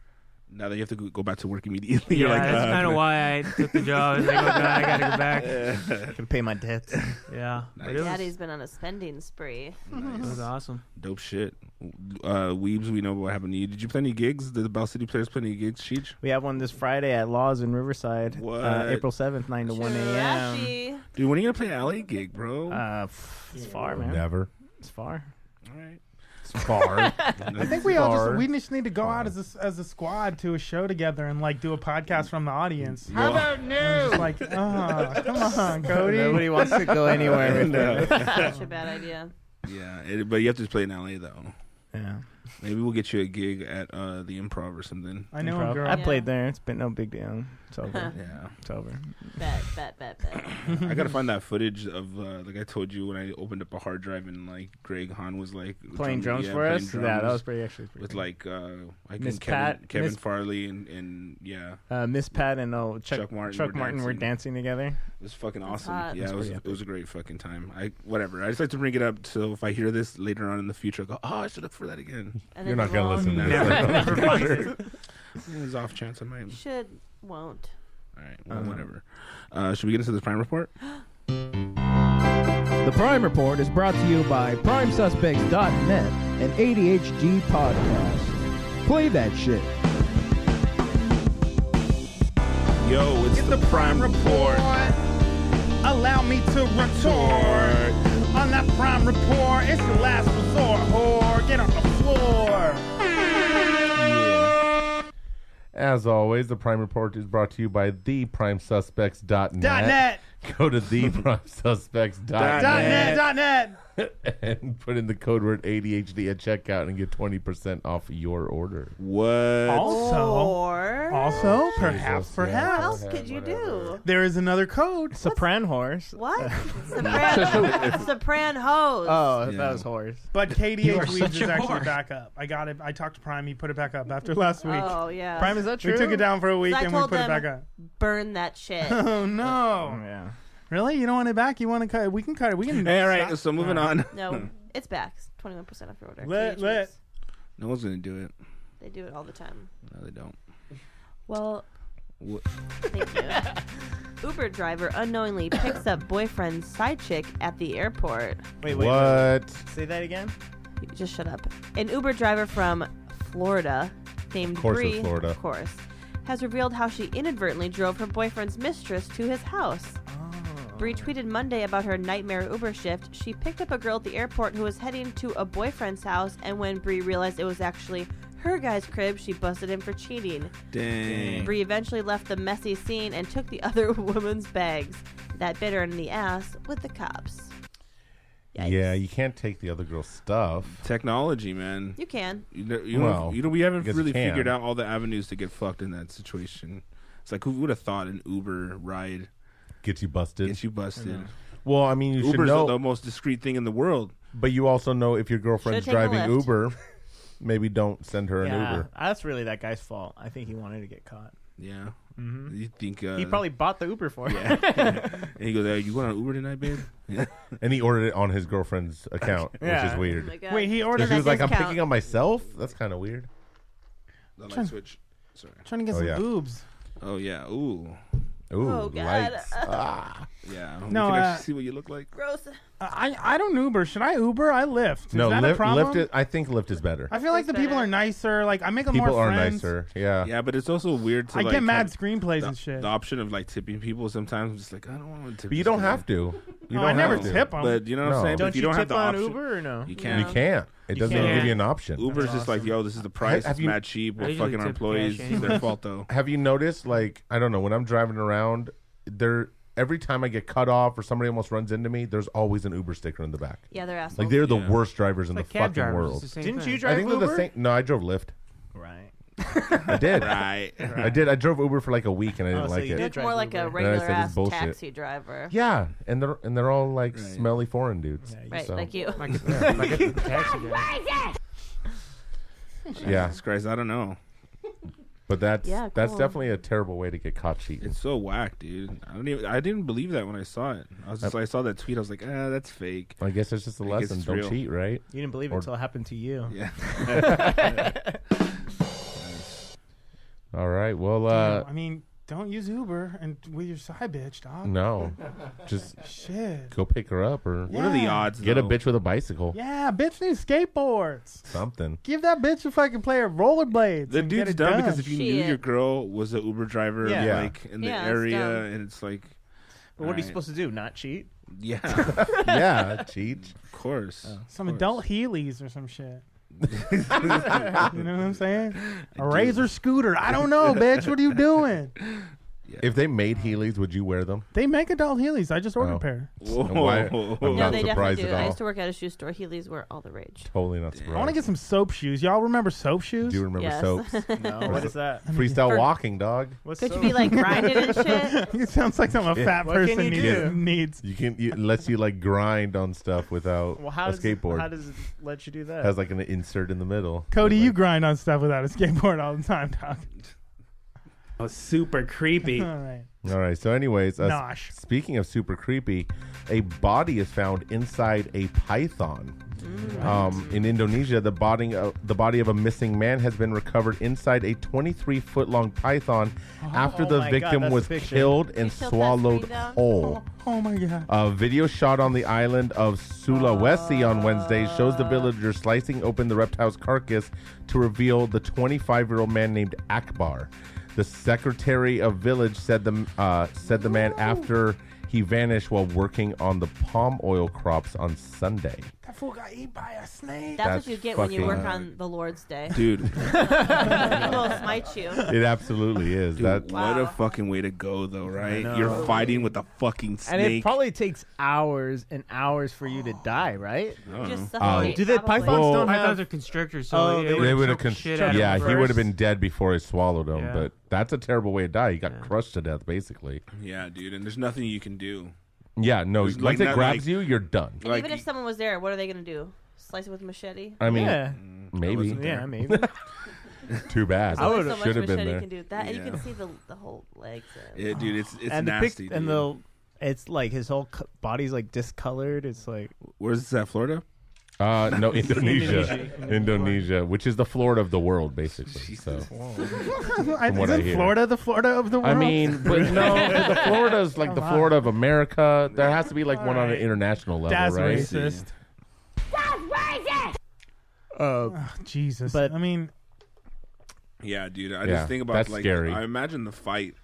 Speaker 2: Now that you have to go- go back to work immediately,
Speaker 13: Yeah,
Speaker 2: you're like,
Speaker 13: that's
Speaker 2: uh,
Speaker 13: kind of why I took the job. I was like, oh god, I gotta go back.
Speaker 8: I can pay my debts.
Speaker 13: Yeah, but it was-
Speaker 1: Daddy's been on a spending spree.
Speaker 13: It was awesome.
Speaker 2: Dope shit. Uh, Weebs, we know what happened to you. Did you play any gigs? Did the Bell City players play any gigs, Sheech?
Speaker 8: We have one this Friday at Laws in Riverside,
Speaker 2: What?
Speaker 8: Uh, April seventh, nine to one a.m.
Speaker 2: Dude, when are you gonna play an LA gig, bro?
Speaker 8: Uh, it's far, man.
Speaker 5: Never.
Speaker 8: It's far.
Speaker 2: All right.
Speaker 5: It's far.
Speaker 9: I think we all just we just need to go out as a, s- as a squad to a show together and like do a podcast from the audience.
Speaker 2: How Yo. about
Speaker 9: And I'm just like, oh, come on, Cody.
Speaker 8: Nobody wants to go anywhere with
Speaker 2: No.
Speaker 8: that.
Speaker 1: Such a bad idea.
Speaker 2: Yeah, it, but you have to play in LA though.
Speaker 8: Yeah.
Speaker 2: Maybe we'll get you a gig at uh, the Improv or something.
Speaker 9: I know a
Speaker 8: Improv.
Speaker 9: girl. Uh-huh.
Speaker 8: I played there. It's been no big deal. It's over.
Speaker 2: Yeah.
Speaker 8: It's over.
Speaker 1: Bet, bet, bet, bet.
Speaker 2: I gotta find that footage of uh, like I told you when I opened up a hard drive and like Greg Hahn was like
Speaker 8: Playing drums for
Speaker 2: playing
Speaker 8: us? Yeah, that was pretty- actually pretty
Speaker 2: with
Speaker 8: cool.
Speaker 2: like uh, I
Speaker 8: Miss
Speaker 2: can Kevin,
Speaker 8: Pat-
Speaker 2: Kevin
Speaker 8: Miss-
Speaker 2: Farley and, and yeah
Speaker 8: Uh, Miss Pat and oh, Chuck,
Speaker 2: Chuck Martin
Speaker 8: Chuck
Speaker 2: were
Speaker 8: Martin were dancing together.
Speaker 2: It was fucking
Speaker 8: That's
Speaker 2: awesome.
Speaker 8: hot.
Speaker 2: Yeah,
Speaker 8: That's
Speaker 2: it was
Speaker 8: pretty
Speaker 2: it was a great fucking time. I whatever. I just like to bring it up so if I hear this later on in the future, I go, oh, I should look for that again.
Speaker 1: And You're then not gonna you listen to
Speaker 2: No,
Speaker 1: won't.
Speaker 2: no,
Speaker 1: Never
Speaker 2: no,
Speaker 1: find
Speaker 2: sure.
Speaker 1: it.
Speaker 2: There's off chance I might.
Speaker 1: Should, won't.
Speaker 2: All right, well,
Speaker 1: Uh-huh.
Speaker 2: whatever. Uh, should we get into this prime report?
Speaker 15: The Prime Report is brought to you by PrimeSuspects.net and ADHD Podcast. Play that shit.
Speaker 2: Yo, it's the prime report.
Speaker 9: Allow me to retort on that prime report. It's your last resort, whore. Get on the floor.
Speaker 5: As always, the Prime Report is brought to you by theprimesuspects.net.
Speaker 9: Dot net.
Speaker 5: Go to theprimesuspects.net
Speaker 9: Dot net. Dot net.
Speaker 5: and put in the code word ADHD at checkout and get 20% off your order.
Speaker 2: What?
Speaker 9: Also, also, perhaps,
Speaker 5: Jesus, yeah.
Speaker 9: perhaps.
Speaker 5: What else could
Speaker 1: you do?
Speaker 9: There is another code.
Speaker 8: Sopran horse.
Speaker 9: Uh,
Speaker 1: What? Sopran, Sopran hose.
Speaker 8: Oh, that was horse.
Speaker 9: But
Speaker 8: You are
Speaker 9: KDH Weeds
Speaker 8: such
Speaker 9: is
Speaker 8: a
Speaker 9: actually
Speaker 8: whore.
Speaker 9: back up. I got it. I talked to Prime. He put it back up after last week.
Speaker 1: Oh, yeah.
Speaker 9: Prime, is that We true? took it down for a week
Speaker 1: 'Cause I
Speaker 9: and we
Speaker 1: told
Speaker 9: put it
Speaker 1: them,
Speaker 9: back up.
Speaker 1: Burn that shit.
Speaker 9: Oh no!
Speaker 8: Yeah.
Speaker 9: Really? You don't want it back? You want to cut? it? We can cut it. We can.
Speaker 2: Hey, all right, so moving on.
Speaker 1: No, it's back. Twenty one percent off your order.
Speaker 9: Lit,
Speaker 1: THX.
Speaker 9: lit.
Speaker 2: No one's gonna do it.
Speaker 1: They do it all the time.
Speaker 2: No, they don't.
Speaker 1: Well,
Speaker 2: What?
Speaker 1: Uber driver unknowingly picks up boyfriend's side chick at the airport.
Speaker 8: Wait, wait, wait. Say that again.
Speaker 1: Just shut up. An Uber driver from Florida named
Speaker 5: Of course it's
Speaker 1: Bree,
Speaker 5: Florida.
Speaker 1: of course, has revealed how she inadvertently drove her boyfriend's mistress to his house.
Speaker 8: Ah.
Speaker 1: Bree tweeted Monday about her nightmare Uber shift. She picked up a girl at the airport who was heading to a boyfriend's house, and when Bree realized it was actually her guy's crib, she busted him for cheating.
Speaker 2: Dang.
Speaker 1: Bree eventually left the messy scene and took the other woman's bags. That bit her in the ass with the cops.
Speaker 5: Yeah, you can't take the other girl's stuff.
Speaker 2: Technology, man.
Speaker 1: You can.
Speaker 2: You know, you,
Speaker 5: Well,
Speaker 2: know, you know, we haven't
Speaker 5: I guess you
Speaker 2: really
Speaker 5: can.
Speaker 2: figured out all the avenues to get fucked in that situation. It's like who would have thought an Uber ride
Speaker 5: gets you busted?
Speaker 2: Gets you busted.
Speaker 5: know. Well, I mean, you should
Speaker 2: Uber's
Speaker 5: know-
Speaker 2: the most discreet thing in the world.
Speaker 5: But you also know if your girlfriend's
Speaker 8: Should've taken a
Speaker 5: driving
Speaker 8: lift.
Speaker 5: Uber, maybe don't send her an
Speaker 8: Yeah,
Speaker 5: Uber.
Speaker 8: that's really that guy's fault. I think he wanted to get caught.
Speaker 2: Yeah.
Speaker 8: Mhm.
Speaker 5: Mm-hmm.
Speaker 2: You think uh,
Speaker 8: he probably bought the Uber for
Speaker 2: Yeah.
Speaker 8: it.
Speaker 2: and he goes, "Hey, you going on Uber tonight, babe?"
Speaker 5: and he ordered it on his girlfriend's account, which
Speaker 8: Yeah.
Speaker 5: is weird.
Speaker 8: Oh my God. Wait, he ordered
Speaker 5: Because He
Speaker 8: that
Speaker 5: was like, "I'm
Speaker 8: discount.
Speaker 5: picking up myself." That's kind of weird.
Speaker 2: The
Speaker 8: Trying-
Speaker 2: light switch. Sorry.
Speaker 8: trying to get
Speaker 5: Oh,
Speaker 8: some
Speaker 5: yeah.
Speaker 8: boobs.
Speaker 2: Oh yeah. Ooh.
Speaker 5: Ooh,
Speaker 8: Oh, God. lights.
Speaker 5: Ah.
Speaker 2: Yeah.
Speaker 9: No,
Speaker 2: No. We can
Speaker 9: uh,
Speaker 2: actually see what you look like.
Speaker 1: Gross.
Speaker 9: I I don't Uber. Should I Uber? I Lyft. Is
Speaker 5: No,
Speaker 9: that a
Speaker 5: Lyft,
Speaker 9: problem?
Speaker 5: Lyft. Is, I think Lyft is better.
Speaker 9: I feel like the people are nicer. Like I make them
Speaker 5: People
Speaker 9: more
Speaker 5: are
Speaker 9: friends.
Speaker 5: nicer. Yeah.
Speaker 2: Yeah, but it's also weird to.
Speaker 9: I
Speaker 2: like,
Speaker 9: get mad
Speaker 2: have
Speaker 9: screenplays
Speaker 2: the-
Speaker 9: and shit.
Speaker 2: The option of like tipping people sometimes, I'm just like I don't want to. tip
Speaker 5: But you
Speaker 2: this
Speaker 5: don't
Speaker 2: guy.
Speaker 5: have to. You
Speaker 9: No, I don't never have to. tip 'em.
Speaker 2: But you know what
Speaker 5: No.
Speaker 2: I'm saying.
Speaker 5: Don't
Speaker 2: if you,
Speaker 5: you
Speaker 2: don't have
Speaker 5: tip
Speaker 2: the
Speaker 5: on
Speaker 2: option,
Speaker 5: Uber or no?
Speaker 2: You
Speaker 5: You
Speaker 2: can't.
Speaker 5: can't. It You doesn't can't. give you an option.
Speaker 2: Uber's
Speaker 5: That's
Speaker 2: just like, yo, this is the price.
Speaker 5: Have
Speaker 2: it's
Speaker 5: you-
Speaker 2: mad cheap.
Speaker 5: I
Speaker 2: We're
Speaker 5: usually
Speaker 2: fucking our
Speaker 5: tip
Speaker 2: employees.
Speaker 5: cash
Speaker 2: It's
Speaker 5: anyway.
Speaker 2: their fault though.
Speaker 5: Have you noticed, like, I don't know, when I'm driving around, there every time I get cut off or somebody almost runs into me, there's always an Uber sticker in the back.
Speaker 1: Yeah, they're assholes.
Speaker 5: Like they're the
Speaker 1: Yeah.
Speaker 5: worst drivers in
Speaker 1: It's
Speaker 5: the
Speaker 1: like cab
Speaker 5: fucking
Speaker 1: drivers,
Speaker 5: world.
Speaker 1: it's the same Didn't thing. you
Speaker 5: I
Speaker 1: drive
Speaker 5: think they're the
Speaker 1: Uber?
Speaker 5: same. No, I drove Lyft.
Speaker 8: Right.
Speaker 5: I did.
Speaker 2: Right.
Speaker 5: I did. I drove Uber for like a week and I
Speaker 8: Oh,
Speaker 5: didn't
Speaker 8: so
Speaker 5: like
Speaker 8: you
Speaker 5: it.
Speaker 8: did
Speaker 1: Look drive more like a Uber.
Speaker 5: And then I
Speaker 1: regular
Speaker 5: said, "This is
Speaker 1: ass
Speaker 5: bullshit."
Speaker 1: taxi driver.
Speaker 5: Yeah, and they're and they're all like smelly foreign dudes.
Speaker 1: Right,
Speaker 5: so-
Speaker 1: like you.
Speaker 13: Like a-
Speaker 5: Yeah.
Speaker 13: like a taxi
Speaker 5: Yeah.
Speaker 2: Jesus Christ, I don't know.
Speaker 5: But that's
Speaker 2: Yeah,
Speaker 5: that's
Speaker 2: cool.
Speaker 5: definitely a terrible way to get caught cheating.
Speaker 2: It's so whack, dude. I don't even. I didn't believe that when I saw it. I was just. I saw that tweet. I was like, ah, that's fake.
Speaker 5: I guess it's just a
Speaker 2: I guess
Speaker 5: lesson.
Speaker 2: it's
Speaker 5: Don't
Speaker 2: real.
Speaker 5: cheat, right?
Speaker 8: You didn't believe it
Speaker 5: Or-
Speaker 8: until it happened to you.
Speaker 2: Yeah.
Speaker 5: All right. Well, uh,
Speaker 9: Damn, I mean, don't use Uber and with your side bitch, dog.
Speaker 5: no, just
Speaker 9: shit.
Speaker 5: Go pick her up, or
Speaker 9: What are the Yeah. odds,
Speaker 5: Get a
Speaker 9: though?
Speaker 5: bitch with a bicycle.
Speaker 9: Yeah, bitch needs skateboards.
Speaker 5: Something.
Speaker 9: Give that bitch a fucking player rollerblades.
Speaker 2: The
Speaker 9: and get
Speaker 2: dude's
Speaker 9: it
Speaker 2: dumb
Speaker 9: done.
Speaker 2: because if you knew your girl was an Uber driver,
Speaker 9: Yeah. Yeah.
Speaker 2: like in the
Speaker 9: Yeah, that's
Speaker 2: area,
Speaker 9: dumb.
Speaker 2: and it's like,
Speaker 8: But what are you
Speaker 2: alright.
Speaker 8: supposed to do? Not cheat?
Speaker 2: Yeah,
Speaker 5: yeah, cheat.
Speaker 2: Of course.
Speaker 9: some adult Heelys or some shit. you know what I'm saying? A razor scooter. I don't know, bitch. What are you doing?
Speaker 5: If they made Heelys, would you wear them?
Speaker 9: They make adult Heelys. I just ordered
Speaker 5: Oh.
Speaker 9: a pair.
Speaker 5: So why-
Speaker 2: Whoa.
Speaker 5: I'm
Speaker 1: no,
Speaker 5: not
Speaker 1: they
Speaker 5: surprised
Speaker 1: definitely
Speaker 5: at
Speaker 1: do. I
Speaker 5: all.
Speaker 1: used to work at a shoe store. Heelys were all the rage.
Speaker 5: Totally not
Speaker 9: I want to
Speaker 5: surprised.
Speaker 9: get some soap shoes. Y'all remember soap shoes?
Speaker 5: Do you remember
Speaker 1: Yes.
Speaker 5: soaps?
Speaker 1: No, what
Speaker 8: is that?
Speaker 5: Freestyle walking, dog.
Speaker 1: Could you be like grinded and shit?
Speaker 9: it sounds like something a fat
Speaker 8: What can
Speaker 9: person
Speaker 8: you
Speaker 9: needs.
Speaker 8: do?
Speaker 9: needs.
Speaker 5: You can you, unless you like grind on stuff without
Speaker 8: Well, how
Speaker 5: a
Speaker 8: does
Speaker 5: skateboard.
Speaker 8: how does it let you do that?
Speaker 5: Has like an insert in the middle.
Speaker 9: Cody, you grind on stuff without a skateboard all the time, dog.
Speaker 8: Oh, super creepy.
Speaker 9: All right.
Speaker 5: All right. So, anyways, uh, s-
Speaker 9: Nosh.
Speaker 5: speaking of super creepy, a body is found inside a python.
Speaker 9: Mm.
Speaker 5: Um, in Indonesia, the body of, the body of a missing man has been recovered inside a 23 foot long python after
Speaker 9: Oh
Speaker 5: the
Speaker 9: my God,
Speaker 5: victim
Speaker 9: that's
Speaker 5: was
Speaker 9: a picture.
Speaker 5: killed and
Speaker 9: killed that
Speaker 5: swallowed
Speaker 9: screen down?
Speaker 5: whole.
Speaker 9: Oh my god.
Speaker 5: A video shot on the island of Sulawesi on Wednesday shows the villagers slicing open the reptile's carcass to reveal the 25 year old man named Akbar. The secretary of village said the uh, said the man after he vanished while working on the palm oil crops on Sunday.
Speaker 9: That fool got eaten by a snake.
Speaker 1: That's,
Speaker 5: That's
Speaker 1: what you get when you
Speaker 5: fucking-
Speaker 1: work on the Lord's Day,
Speaker 5: Dude.
Speaker 1: People will smite you.
Speaker 5: It absolutely is.
Speaker 2: Dude,
Speaker 5: that
Speaker 2: what a fucking way to go, though, right?
Speaker 8: know.
Speaker 2: You're fighting with a fucking
Speaker 8: And it
Speaker 2: snake.
Speaker 8: probably takes hours and hours for you to die, right?
Speaker 2: don't Just know.
Speaker 5: suffocate,
Speaker 8: do the pythons
Speaker 5: probably.
Speaker 8: don't have
Speaker 13: Pythons are constrictors, so they- they
Speaker 5: they would have
Speaker 13: choke
Speaker 5: con-
Speaker 13: the shit out of
Speaker 5: yeah
Speaker 13: him
Speaker 5: he would have
Speaker 13: first.
Speaker 5: been dead before he swallowed him
Speaker 13: Yeah.
Speaker 5: but that's a terrible way to die he got crushed to death basically
Speaker 2: yeah, dude. And there's nothing you can do.
Speaker 5: yeah no
Speaker 2: There's
Speaker 5: once
Speaker 2: like
Speaker 5: it
Speaker 2: not-
Speaker 5: grabs
Speaker 2: like-
Speaker 5: you you're done
Speaker 1: And even if someone was there, what are they gonna do? Slice it with a machete?
Speaker 5: I mean,
Speaker 8: Yeah.
Speaker 5: maybe.
Speaker 8: wasn't there. Yeah, maybe.
Speaker 5: Too bad.
Speaker 8: There's I only
Speaker 1: So much
Speaker 5: should have been
Speaker 1: machete
Speaker 5: there.
Speaker 1: can do that, and you
Speaker 2: Yeah.
Speaker 1: can see the the whole legs. and-
Speaker 2: Yeah, dude. It's it's
Speaker 8: and
Speaker 2: nasty.
Speaker 8: The pic- And
Speaker 2: dude.
Speaker 8: the it's like his whole co- body's like discolored. It's like
Speaker 2: Where's this at? Florida?
Speaker 5: Uh, no, Indonesia,
Speaker 9: Indonesia.
Speaker 5: Indonesia, which is the Florida of the world, basically. So,
Speaker 4: Isn't
Speaker 5: what I hear.
Speaker 4: Florida the Florida of the world?
Speaker 5: I mean, but no, but the Florida's like the
Speaker 4: Come on.
Speaker 5: Florida of America. There has to be like one on an international level,
Speaker 4: That's
Speaker 5: right?
Speaker 4: racist. Uh,
Speaker 8: Oh,
Speaker 4: Jesus. But I mean,
Speaker 2: Yeah, dude. I
Speaker 5: Yeah,
Speaker 2: just think about
Speaker 5: that's
Speaker 2: like
Speaker 5: scary.
Speaker 2: I imagine the fight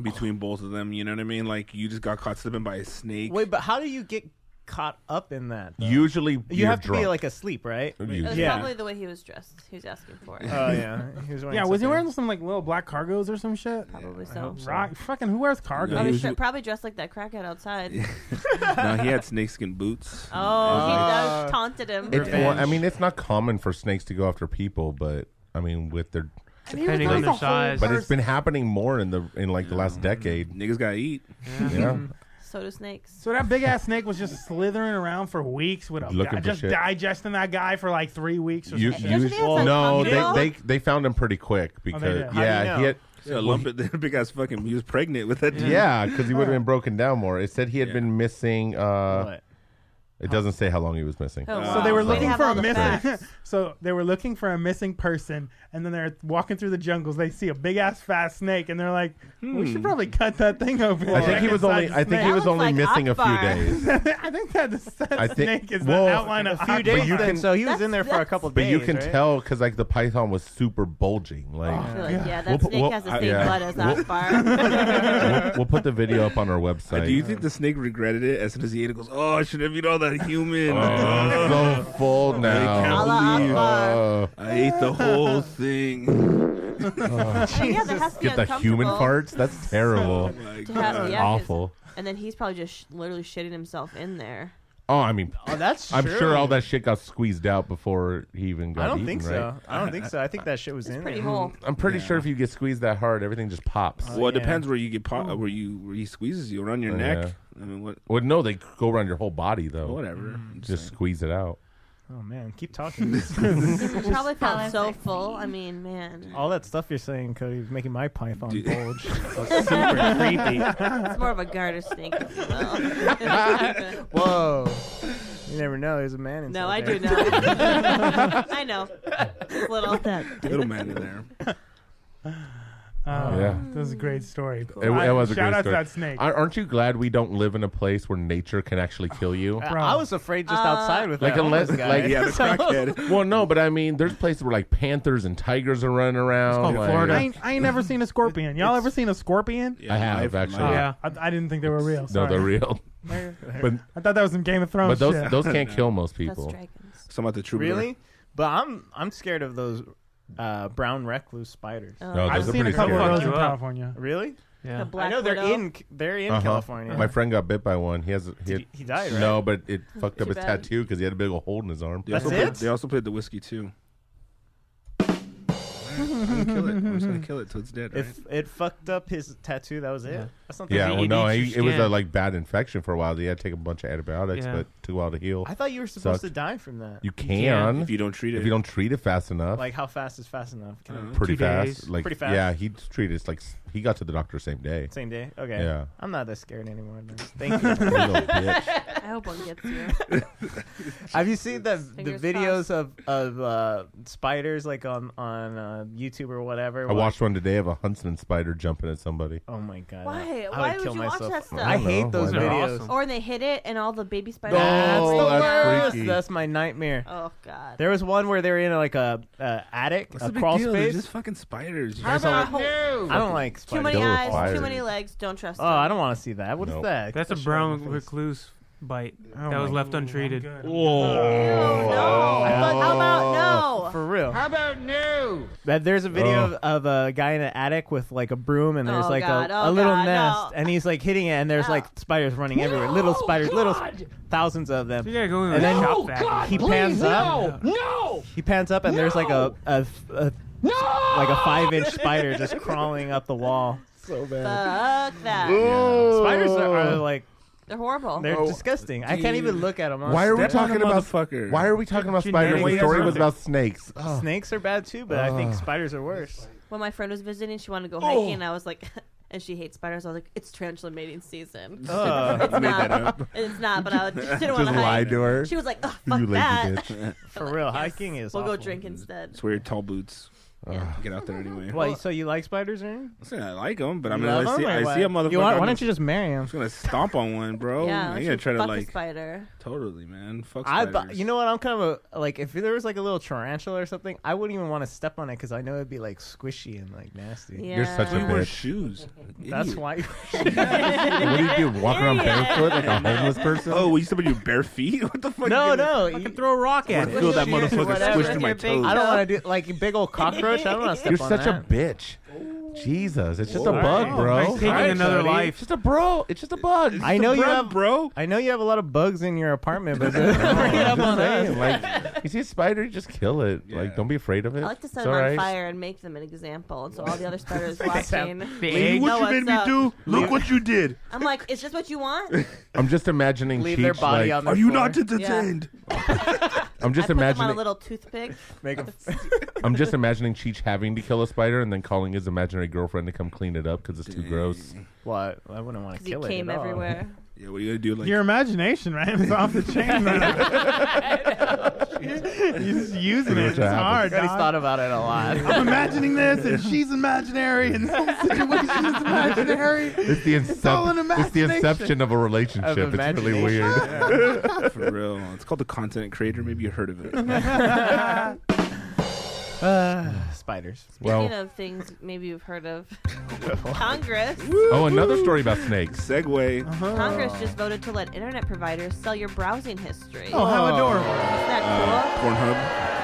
Speaker 2: between both of them. You know what I mean? Like you just got caught slipping by a snake.
Speaker 8: Wait, but how do you get caught up in that? though?
Speaker 5: Usually,
Speaker 8: you have to be like asleep, right?
Speaker 4: Uh,
Speaker 1: That's
Speaker 8: yeah.
Speaker 1: probably the way he was dressed. He was asking for it.
Speaker 8: Oh yeah, he was wearing.
Speaker 4: yeah, was he
Speaker 8: something.
Speaker 4: wearing some like little black cargos or some shit?
Speaker 1: Probably
Speaker 4: I
Speaker 1: so.
Speaker 4: hope Rock, fucking who wears cargos?
Speaker 1: Probably, stra- probably dressed like that crackhead outside.
Speaker 2: no, he had snakeskin boots.
Speaker 1: Oh, he
Speaker 2: Uh,
Speaker 1: does taunted him.
Speaker 5: It's, well, I mean, it's not common for snakes to go after people, but I mean, with their
Speaker 13: And he was Depending on their size.
Speaker 5: But it's been happening more in the in like the last decade.
Speaker 2: Niggas gotta eat.
Speaker 5: Yeah.
Speaker 1: so do snakes.
Speaker 4: So that big ass snake was just slithering around for weeks with a
Speaker 5: Looking for
Speaker 4: just
Speaker 5: shit.
Speaker 4: digesting that guy for like three weeks or
Speaker 5: You,
Speaker 4: something.
Speaker 5: you, no, they, they they found him pretty quick because
Speaker 4: did? How do you
Speaker 5: yeah, he
Speaker 4: know?
Speaker 5: had
Speaker 2: Yeah, lump it there because fucking he was pregnant with that. Dude.
Speaker 5: yeah, because he would have been broken down more. It said he had been missing. Uh, It doesn't say how long he was missing.
Speaker 1: Oh,
Speaker 4: so they were looking for a missing. so they were looking for a missing person, and then they're walking through the jungles. They see a big ass fat snake, and they're like, "We should
Speaker 5: Hmm.
Speaker 4: probably cut that thing open."
Speaker 5: I think he was only. I think he was only missing a few days.
Speaker 4: I think that the
Speaker 5: I think-
Speaker 4: snake is
Speaker 5: well,
Speaker 4: the outline of
Speaker 8: a few
Speaker 4: Akbar.
Speaker 8: days. then, so he was in there for a couple
Speaker 5: But
Speaker 8: days.
Speaker 5: you can
Speaker 8: right?
Speaker 5: tell because like the python was super bulging. Like,
Speaker 1: Oh, I feel like, yeah, that
Speaker 5: We'll put-
Speaker 1: snake
Speaker 5: we'll-
Speaker 1: has the
Speaker 5: I-
Speaker 1: same
Speaker 5: uh, yeah.
Speaker 1: blood as
Speaker 5: We'll-
Speaker 1: that bar.
Speaker 5: we'll, we'll put the video up on our
Speaker 2: Uh,
Speaker 5: website.
Speaker 2: do you think the snake regretted it as soon as he ate it? Goes, oh, I should have eaten all that human.
Speaker 5: I'm Oh, so full now. Uh,
Speaker 2: I
Speaker 5: Allah
Speaker 2: can't believe
Speaker 5: Akbar.
Speaker 2: I ate the whole thing.
Speaker 1: yeah, that has to be
Speaker 5: Get the human
Speaker 1: uncomfortable.
Speaker 5: parts? That's terrible.
Speaker 1: To have-
Speaker 5: That's
Speaker 1: yeah, 'cause-
Speaker 5: awful.
Speaker 1: And then he's probably just sh- literally shitting himself in there.
Speaker 5: Oh, I mean,
Speaker 1: Oh, that's
Speaker 5: I'm
Speaker 1: true.
Speaker 5: sure all that shit got squeezed out before he even got
Speaker 8: I don't
Speaker 5: eaten,
Speaker 8: think
Speaker 5: right?
Speaker 8: so. I don't think so. I think that shit was in
Speaker 1: pretty
Speaker 8: there.
Speaker 1: whole.
Speaker 5: I'm pretty sure if you get squeezed that hard, everything just pops.
Speaker 2: well, it depends where you get po- where you where he squeezes you around your
Speaker 5: Oh,
Speaker 2: neck.
Speaker 5: yeah.
Speaker 2: I mean, what?
Speaker 5: Well, no, they go around your whole body though.
Speaker 2: Whatever. I'm
Speaker 5: Just squeeze it out.
Speaker 8: Oh man, keep talking.
Speaker 1: He probably felt so full. I mean, man.
Speaker 8: All that stuff you're saying, Cody, is making my python bulge. It's super creepy.
Speaker 1: it's more of a garter snake. if you will.
Speaker 8: Whoa. You never know. There's a man in
Speaker 1: no, I do know. I know. It's Little.
Speaker 2: Little man in there.
Speaker 4: Oh,
Speaker 5: Yeah.
Speaker 4: that was a great story.
Speaker 5: It, it was a
Speaker 4: Shout
Speaker 5: great
Speaker 4: out
Speaker 5: story.
Speaker 4: to that snake.
Speaker 5: Ar- Aren't you glad we don't live in a place where nature can actually kill you?
Speaker 8: I- I was afraid just
Speaker 1: Uh,
Speaker 8: outside with
Speaker 5: Like
Speaker 8: that
Speaker 5: unless
Speaker 8: homeless guy.
Speaker 5: like
Speaker 8: So-
Speaker 5: Well, no, but I mean, there's places where like panthers and tigers are running
Speaker 8: Oh,
Speaker 5: around. like-
Speaker 4: I ain't, I ain't never seen a scorpion. Y'all ever seen a scorpion?
Speaker 5: I have actually.
Speaker 2: uh,
Speaker 8: Oh,
Speaker 4: Yeah, I, I didn't think they were real.
Speaker 5: No,
Speaker 4: Sorry.
Speaker 5: they're real.
Speaker 4: but
Speaker 5: But-
Speaker 4: I thought that was some Game of Thrones.
Speaker 5: But those
Speaker 4: Oh, shit.
Speaker 5: those can't kill most people.
Speaker 2: Some about the true
Speaker 8: Really? But I'm I'm scared of those uh, brown recluse spiders.
Speaker 5: No, those I've are seen a pretty couple
Speaker 4: of those in California.
Speaker 8: Really?
Speaker 13: Yeah. The
Speaker 8: I
Speaker 1: Oh. black
Speaker 8: know they're
Speaker 1: widow.
Speaker 8: in they're in
Speaker 5: Uh-huh.
Speaker 8: California.
Speaker 5: My friend got bit by one. He has he, had-
Speaker 8: he- he died, right?
Speaker 5: No, but it fucked up
Speaker 8: Too
Speaker 5: his
Speaker 8: bad.
Speaker 5: tattoo because he had a big old hole in his arm.
Speaker 2: They also played- they also played the whiskey too. I'm gonna kill it. I'm just gonna kill it till it's dead. Right?
Speaker 8: If it fucked up his tattoo, that was it. That's not the
Speaker 5: Yeah,
Speaker 8: thing.
Speaker 5: well, no,
Speaker 8: It
Speaker 5: he,
Speaker 8: eats
Speaker 5: it
Speaker 8: your
Speaker 5: was a
Speaker 8: skin.
Speaker 5: like bad infection for a while. He had to take a bunch of antibiotics,
Speaker 8: Yeah.
Speaker 5: but took a while to heal.
Speaker 8: I thought you were supposed to
Speaker 5: Sucked.
Speaker 8: die from that.
Speaker 5: You can
Speaker 2: If you don't treat
Speaker 5: If
Speaker 2: it.
Speaker 5: you don't treat it fast enough,
Speaker 8: Like how fast is fast enough? Can I-
Speaker 5: pretty fast. Like
Speaker 8: pretty fast.
Speaker 5: yeah, he treated it like s- he got to the doctor same day.
Speaker 8: Same day. Okay.
Speaker 5: Yeah.
Speaker 8: I'm not that scared anymore. then. Thank you.
Speaker 5: You little bitch.
Speaker 1: I hope one gets you.
Speaker 8: Have you seen the the
Speaker 1: Fingers
Speaker 8: videos of of uh, spiders like on on uh, YouTube or whatever?
Speaker 5: I watched one today of a huntsman spider jumping at somebody.
Speaker 8: Oh my god!
Speaker 1: Why?
Speaker 8: I
Speaker 1: Why
Speaker 8: would
Speaker 1: would
Speaker 8: kill
Speaker 1: you
Speaker 8: myself.
Speaker 1: watch that stuff?
Speaker 8: I hate those
Speaker 5: They're
Speaker 8: videos.
Speaker 5: awesome.
Speaker 1: Or when they hit it and all the baby spiders.
Speaker 8: That's the
Speaker 5: that's
Speaker 8: worst.
Speaker 5: freaky.
Speaker 8: That's my nightmare.
Speaker 1: Oh god.
Speaker 8: There was one where they were in like a uh, attic,
Speaker 2: What's
Speaker 8: a
Speaker 2: the big
Speaker 8: crawl
Speaker 2: deal? They're
Speaker 8: space.
Speaker 2: just fucking spiders.
Speaker 1: How
Speaker 8: There's a-
Speaker 1: about no?
Speaker 8: I don't like
Speaker 1: Too
Speaker 8: spiders.
Speaker 1: many eyes, too many legs. Don't trust.
Speaker 8: Oh, I don't want to see that. What's
Speaker 13: Nope.
Speaker 8: that?
Speaker 13: That's a
Speaker 8: Shit on
Speaker 13: brown
Speaker 8: my face.
Speaker 13: recluse bite
Speaker 8: Oh
Speaker 13: that was
Speaker 8: my-
Speaker 13: left untreated.
Speaker 1: Oh, How
Speaker 2: Oh.
Speaker 1: about no?
Speaker 8: Oh, For real. How
Speaker 9: about no?
Speaker 8: That there's a video of, of a guy in an attic with like a broom and there's
Speaker 1: Oh,
Speaker 8: like
Speaker 1: God.
Speaker 8: a,
Speaker 1: Oh,
Speaker 8: a little
Speaker 1: God,
Speaker 8: nest and he's like hitting it and there's like spiders running everywhere. Little spiders, little sp- thousands of them.
Speaker 13: You gotta go in
Speaker 8: and
Speaker 13: the
Speaker 8: then
Speaker 13: shop vac.
Speaker 8: he
Speaker 13: Please,
Speaker 8: pans up.
Speaker 9: No!
Speaker 8: He pans up and there's like a, a, a like a five inch spider just crawling up the wall.
Speaker 4: so
Speaker 1: Fuck that.
Speaker 8: Spiders Oh, are, are like
Speaker 1: They're horrible.
Speaker 8: they're disgusting. I can't even look at them.
Speaker 5: Why are we talking about Why are we talking about spiders? The
Speaker 8: Genetic
Speaker 5: story was
Speaker 8: difference.
Speaker 5: about snakes. Oh. Ugh.
Speaker 8: Snakes are bad too, but I think
Speaker 5: Ugh.
Speaker 8: spiders are worse.
Speaker 2: Oh.
Speaker 1: When my friend was visiting, she wanted to go hiking, and I was like, and she hates spiders. I was like, it's tarantula mating season.
Speaker 5: Oh.
Speaker 1: it's
Speaker 5: Made
Speaker 1: not.
Speaker 5: that up.
Speaker 1: It's not. But I just didn't want
Speaker 5: Just
Speaker 1: to
Speaker 5: lied to her.
Speaker 1: She was like, oh,
Speaker 5: You
Speaker 1: fuck
Speaker 5: lazy
Speaker 1: that.
Speaker 5: bitch.
Speaker 1: I'm like,
Speaker 8: real,
Speaker 1: "Yes,
Speaker 8: hiking is
Speaker 1: We'll go
Speaker 8: awful."
Speaker 1: drink instead.
Speaker 2: It's weird. Tall boots. Get out there anyway.
Speaker 8: Why? so you like spiders, or anything?
Speaker 2: I'm saying I like them, but I
Speaker 8: You
Speaker 2: mean,
Speaker 8: love
Speaker 2: I
Speaker 8: 'em
Speaker 2: see,
Speaker 8: or
Speaker 2: I
Speaker 8: what?
Speaker 2: see a motherfucker.
Speaker 8: You want- why
Speaker 2: I'm
Speaker 8: don't you just marry him?
Speaker 2: I'm just gonna stomp on one,
Speaker 1: Yeah,
Speaker 2: bro. I
Speaker 1: why
Speaker 2: ain't
Speaker 1: don't
Speaker 2: gonna
Speaker 1: you
Speaker 2: try to
Speaker 1: fuck a
Speaker 2: like
Speaker 1: spider?
Speaker 2: Totally, man. Fuck
Speaker 8: I,
Speaker 2: spiders.
Speaker 8: bu- you know what? I'm kind of a, like if there was like a little tarantula or something, I wouldn't even want to step on it because I know it'd be like squishy and like nasty.
Speaker 1: You're such
Speaker 2: a We wear bitch. shoes.
Speaker 8: That's
Speaker 2: Idiot.
Speaker 8: why.
Speaker 5: What do you do? Walk around barefoot like a homeless person?
Speaker 2: Oh, will you somebody do bare feet? What the fuck?
Speaker 8: No, no. I
Speaker 13: can throw a rock
Speaker 2: at it. Feel that motherfucker squish through my toes.
Speaker 8: I don't want to do like a big old cockroach. I don't want to step
Speaker 5: You're
Speaker 8: on
Speaker 5: such
Speaker 8: that.
Speaker 5: a bitch. Jesus, it's just
Speaker 8: All
Speaker 5: a
Speaker 8: right.
Speaker 5: bug,
Speaker 8: Oh,
Speaker 5: bro.
Speaker 8: nice taking All right, another Cody. life.
Speaker 5: Just a bro. It's just a bug.
Speaker 8: I know you have,
Speaker 2: bro.
Speaker 8: I know you have a lot of bugs in your apartment, but bring it up on us.
Speaker 5: Saying, like, you see a spider, you just kill it. Like, don't be afraid of it.
Speaker 1: I like to set
Speaker 5: It's
Speaker 1: them
Speaker 5: all
Speaker 1: on
Speaker 5: right.
Speaker 1: fire and make them an example, and so all the other spiders watching.
Speaker 5: Except
Speaker 2: Look
Speaker 1: know
Speaker 2: what you
Speaker 1: what's
Speaker 2: made me
Speaker 1: up.
Speaker 2: do. Look what you did.
Speaker 1: I'm like, is this what you want?
Speaker 5: I'm just imagining
Speaker 1: Leave
Speaker 5: Cheech,
Speaker 1: their body
Speaker 5: like,
Speaker 1: on the Are you floor. not entertained?
Speaker 5: I'm just
Speaker 1: I put them on a
Speaker 5: imagining.
Speaker 1: little toothpick.
Speaker 8: Make
Speaker 5: I'm just imagining Cheech having to kill a spider and then calling his imaginary girlfriend to come clean it up because it's too gross.
Speaker 8: Well, I, I wouldn't want to
Speaker 1: 'Cause he
Speaker 8: kill it.
Speaker 1: came
Speaker 8: at all.
Speaker 1: everywhere.
Speaker 2: Yeah, what are you gonna do? Like
Speaker 9: Your imagination, right? It's off the chain. You're just using it. It's hard.
Speaker 8: Cody's
Speaker 9: dog.
Speaker 8: thought about it a lot.
Speaker 9: I'm imagining this, and she's imaginary, and this whole situation is imaginary.
Speaker 5: It's the,
Speaker 9: all an
Speaker 5: incep- it's the
Speaker 9: imagination.
Speaker 5: inception of a relationship.
Speaker 2: Of
Speaker 5: it's really weird.
Speaker 2: For real. It's called the content creator. Maybe you heard of it.
Speaker 8: Uh, spiders.
Speaker 1: Speaking of things maybe you've heard of, Congress.
Speaker 5: Oh, another story about snakes.
Speaker 2: Segway.
Speaker 1: Congress just voted to let internet providers sell your browsing history.
Speaker 9: Oh, how adorable.
Speaker 1: Isn't that
Speaker 2: Uh, Pornhub.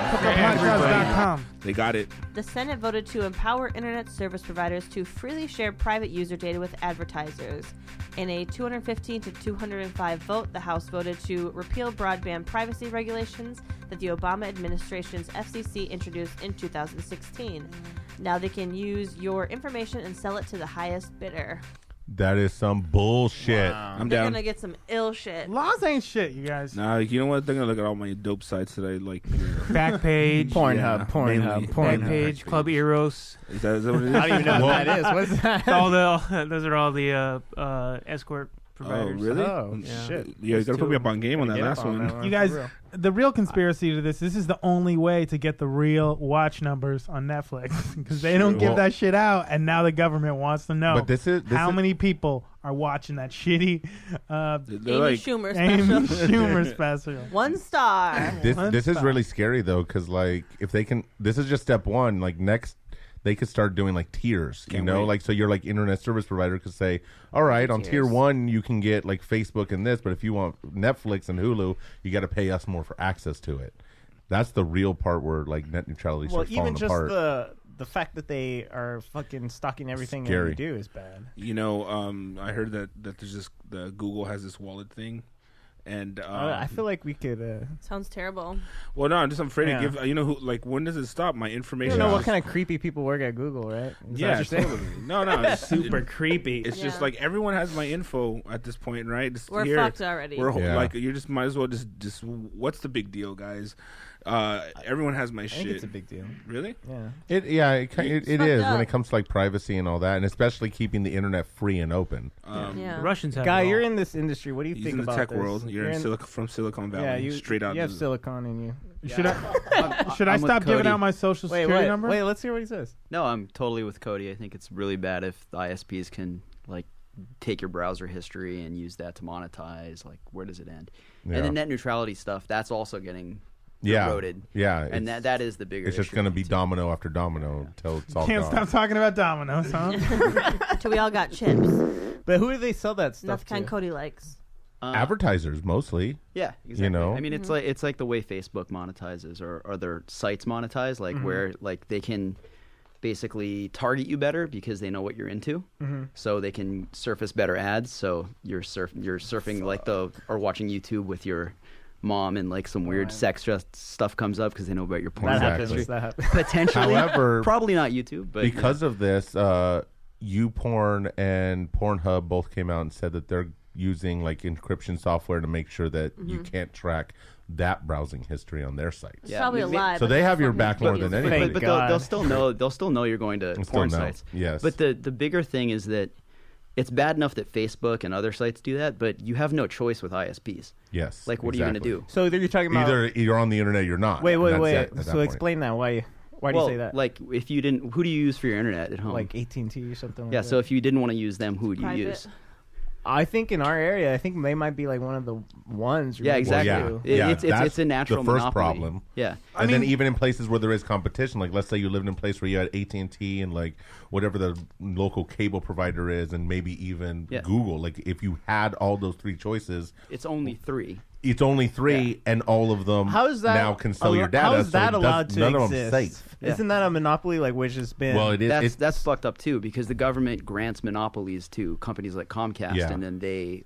Speaker 9: Pornhubpodcast.com.
Speaker 2: They got it.
Speaker 1: cool? The Senate voted to empower internet service providers to freely share private user data with advertisers. In a 215 to 205 vote, the House voted to repeal broadband privacy regulations that the Obama administration's FCC introduced in 2016.
Speaker 8: Mm.
Speaker 1: Now they can use your information and sell it to the highest bidder.
Speaker 5: That is some bullshit.
Speaker 2: I'm
Speaker 1: They're
Speaker 2: down.
Speaker 1: gonna get some ill shit.
Speaker 9: Laws ain't shit, you guys.
Speaker 2: Nah, you know what? They're gonna look at all my dope sites that I like.
Speaker 13: Backpage.
Speaker 2: Yeah, mainly.
Speaker 13: Backpage, Club Eros.
Speaker 2: Is that- is that what it is?
Speaker 13: I don't even know
Speaker 2: Whoa.
Speaker 13: what that is. What's that? It's all the, those are all the uh, uh, escort providers.
Speaker 2: Oh, really?
Speaker 13: yeah.
Speaker 2: Yeah, you
Speaker 13: There's
Speaker 2: gotta put
Speaker 13: two
Speaker 2: me
Speaker 13: of
Speaker 2: up on game on
Speaker 13: them.
Speaker 2: that
Speaker 13: Gotta get up
Speaker 8: Oh,
Speaker 2: last
Speaker 13: on
Speaker 2: one.
Speaker 13: that one.
Speaker 9: You guys, the real conspiracy to this, this is the only way to get the real watch numbers on Netflix because they don't
Speaker 5: Sure.
Speaker 9: give
Speaker 5: Well-
Speaker 9: that shit out, and now the government wants to know
Speaker 5: But this is- this
Speaker 9: how
Speaker 5: is-
Speaker 9: many people are watching that shitty uh,
Speaker 1: Amy like- Schumer
Speaker 9: Amy
Speaker 1: special.
Speaker 9: Schumer special.
Speaker 1: One star.
Speaker 5: This this is really scary though, because like if they can, this is just step one. Like next, they could start doing like tiers. you
Speaker 2: Can't
Speaker 5: know,
Speaker 2: wait.
Speaker 5: like so your like internet service provider could say, all right, on tier
Speaker 2: Tiers.
Speaker 5: one you can get like Facebook and this, but if you want Netflix and Hulu, you got to pay us more for access to it. That's the real part where like net neutrality
Speaker 8: Well,
Speaker 5: starts
Speaker 8: even
Speaker 5: falling
Speaker 8: just
Speaker 5: apart.
Speaker 8: the the fact that they are fucking stocking everything that
Speaker 5: Scary.
Speaker 8: we do is bad.
Speaker 2: You know, um, I heard that that there's this the Google has this wallet thing, and um,
Speaker 8: Uh, I feel like we could. Uh,
Speaker 1: Sounds terrible.
Speaker 2: well, no, I'm just I'm afraid
Speaker 8: Yeah.
Speaker 2: to give. You know, who like when does it stop? My
Speaker 8: you
Speaker 2: information.
Speaker 8: don't know
Speaker 2: is
Speaker 8: what
Speaker 2: just-
Speaker 8: kind of creepy people work at Google, right? Is that what
Speaker 2: Yeah,
Speaker 8: you're saying?
Speaker 2: totally. No, no, it's
Speaker 13: Super creepy.
Speaker 2: It's just
Speaker 1: Yeah.
Speaker 2: like everyone has my info at this point, right? It's
Speaker 1: We're
Speaker 2: here.
Speaker 1: fucked already.
Speaker 2: We're ho-
Speaker 5: Yeah.
Speaker 2: like you just might as well just just what's the big deal, guys? Uh, everyone has my shit.
Speaker 8: think it's a big deal.
Speaker 2: Really?
Speaker 8: Yeah.
Speaker 5: It yeah, it, ki- it, it
Speaker 2: fucked
Speaker 5: is when
Speaker 2: up.
Speaker 5: it comes to like privacy and all that, and especially keeping the internet free and open.
Speaker 2: Um,
Speaker 1: Yeah.
Speaker 13: Russians have it
Speaker 8: Guy,
Speaker 13: all.
Speaker 8: you're in this industry. What do you
Speaker 2: He's
Speaker 8: think
Speaker 2: in the
Speaker 8: about
Speaker 2: tech
Speaker 8: this?
Speaker 2: world. You're, in Silicon from Silicon Valley.
Speaker 8: Yeah, you
Speaker 2: straight out.
Speaker 8: You have
Speaker 2: the-
Speaker 8: silicon in you.
Speaker 9: Should I should I
Speaker 14: I'm with
Speaker 9: stop giving
Speaker 14: Cody.
Speaker 9: out my social
Speaker 8: Wait,
Speaker 9: security
Speaker 8: wait,
Speaker 9: number?
Speaker 8: wait. Let's hear what he says.
Speaker 14: No, I'm totally with Cody. I think it's really bad if the ISPs can like take your browser history and use that to monetize. Like, where does it end? And
Speaker 5: Yeah.
Speaker 14: the net neutrality stuff that's also getting
Speaker 5: Yeah.
Speaker 14: eroded.
Speaker 5: Yeah,
Speaker 14: and
Speaker 5: it's-
Speaker 14: that that is the bigger.
Speaker 5: It's just
Speaker 14: issue.
Speaker 5: going to be domino after domino until it's all
Speaker 9: Can't
Speaker 5: gone.
Speaker 9: stop talking about dominoes, huh?
Speaker 1: Till we all got chips.
Speaker 8: But who do they sell that
Speaker 1: Not
Speaker 8: stuff
Speaker 1: the kind
Speaker 8: to?
Speaker 1: Cody likes.
Speaker 14: Um, Uh,
Speaker 5: Advertisers mostly.
Speaker 14: Yeah, exactly.
Speaker 5: You know,
Speaker 14: I mean, it's like it's like the way Facebook monetizes or other sites monetize, like
Speaker 8: Mhm.
Speaker 14: where like they can basically target you better because they know what you're into,
Speaker 8: Mhm.
Speaker 14: so they can surface better ads. So you're surf you're surfing like the or watching YouTube with your mom and like some weird sex just stuff comes up because they know about your porn.
Speaker 8: That happens,
Speaker 14: history.
Speaker 8: that happens.
Speaker 14: Potentially,
Speaker 5: However-
Speaker 14: probably not YouTube, but you know.
Speaker 5: because of this, uh, YouPorn and Pornhub
Speaker 14: Mm-hmm.
Speaker 5: both came out and said that they're using like encryption software to make sure that you can't track that browsing history on their sites.
Speaker 1: It's probably a
Speaker 14: ma-
Speaker 1: lie,
Speaker 5: So
Speaker 1: but
Speaker 5: they
Speaker 1: it's
Speaker 5: have your
Speaker 1: fucking-
Speaker 5: back more than
Speaker 14: But-
Speaker 5: anything.
Speaker 14: But, they'll, they'll still know. They'll still know you're going to
Speaker 5: They'll still
Speaker 14: porn
Speaker 5: know,
Speaker 14: sites.
Speaker 5: yes.
Speaker 14: But the the bigger thing is that it's bad enough that Facebook and other sites do that, but you have no choice with ISPs.
Speaker 5: Yes,
Speaker 14: Like, what are you
Speaker 5: exactly.
Speaker 14: going to do?
Speaker 8: So you're talking about
Speaker 5: Either you're on the internet, or you're not.
Speaker 8: Wait, wait,
Speaker 5: That's
Speaker 8: wait.
Speaker 5: it at that
Speaker 8: so
Speaker 5: point.
Speaker 8: explain that. Why? Why
Speaker 14: well,
Speaker 8: do you say that?
Speaker 14: Like, if you didn't, who do you use for your internet at home?
Speaker 8: Like AT and T or something. Like
Speaker 14: yeah.
Speaker 8: That.
Speaker 14: So if you didn't want to use them, who would you use?
Speaker 8: I think in our area, I think they might be like one of the ones.
Speaker 14: Yeah,
Speaker 8: really
Speaker 14: exactly.
Speaker 8: do.
Speaker 14: It-
Speaker 5: yeah,
Speaker 14: it's- it's-
Speaker 5: that's
Speaker 14: it's a natural
Speaker 5: The first
Speaker 14: monopoly.
Speaker 5: problem.
Speaker 14: Yeah.
Speaker 5: and
Speaker 14: I
Speaker 5: then
Speaker 14: mean-
Speaker 5: even in places where there is competition, like let's say you lived in a place where you had AT and T and like whatever the local cable provider is, and maybe even
Speaker 14: Yeah.
Speaker 5: Google. Like if you had all those three choices,
Speaker 14: It's only three.
Speaker 5: it's only three, and all of them
Speaker 8: How is that
Speaker 5: now can sell
Speaker 8: allo-
Speaker 5: your data.
Speaker 8: How is
Speaker 5: so it
Speaker 8: that
Speaker 5: does-
Speaker 8: allowed to
Speaker 5: none
Speaker 8: exist?
Speaker 5: of them's safe.
Speaker 8: Isn't that a monopoly like which has been?
Speaker 14: That's that's fucked up too because the government grants monopolies to companies like Comcast,
Speaker 5: Yeah.
Speaker 14: and then they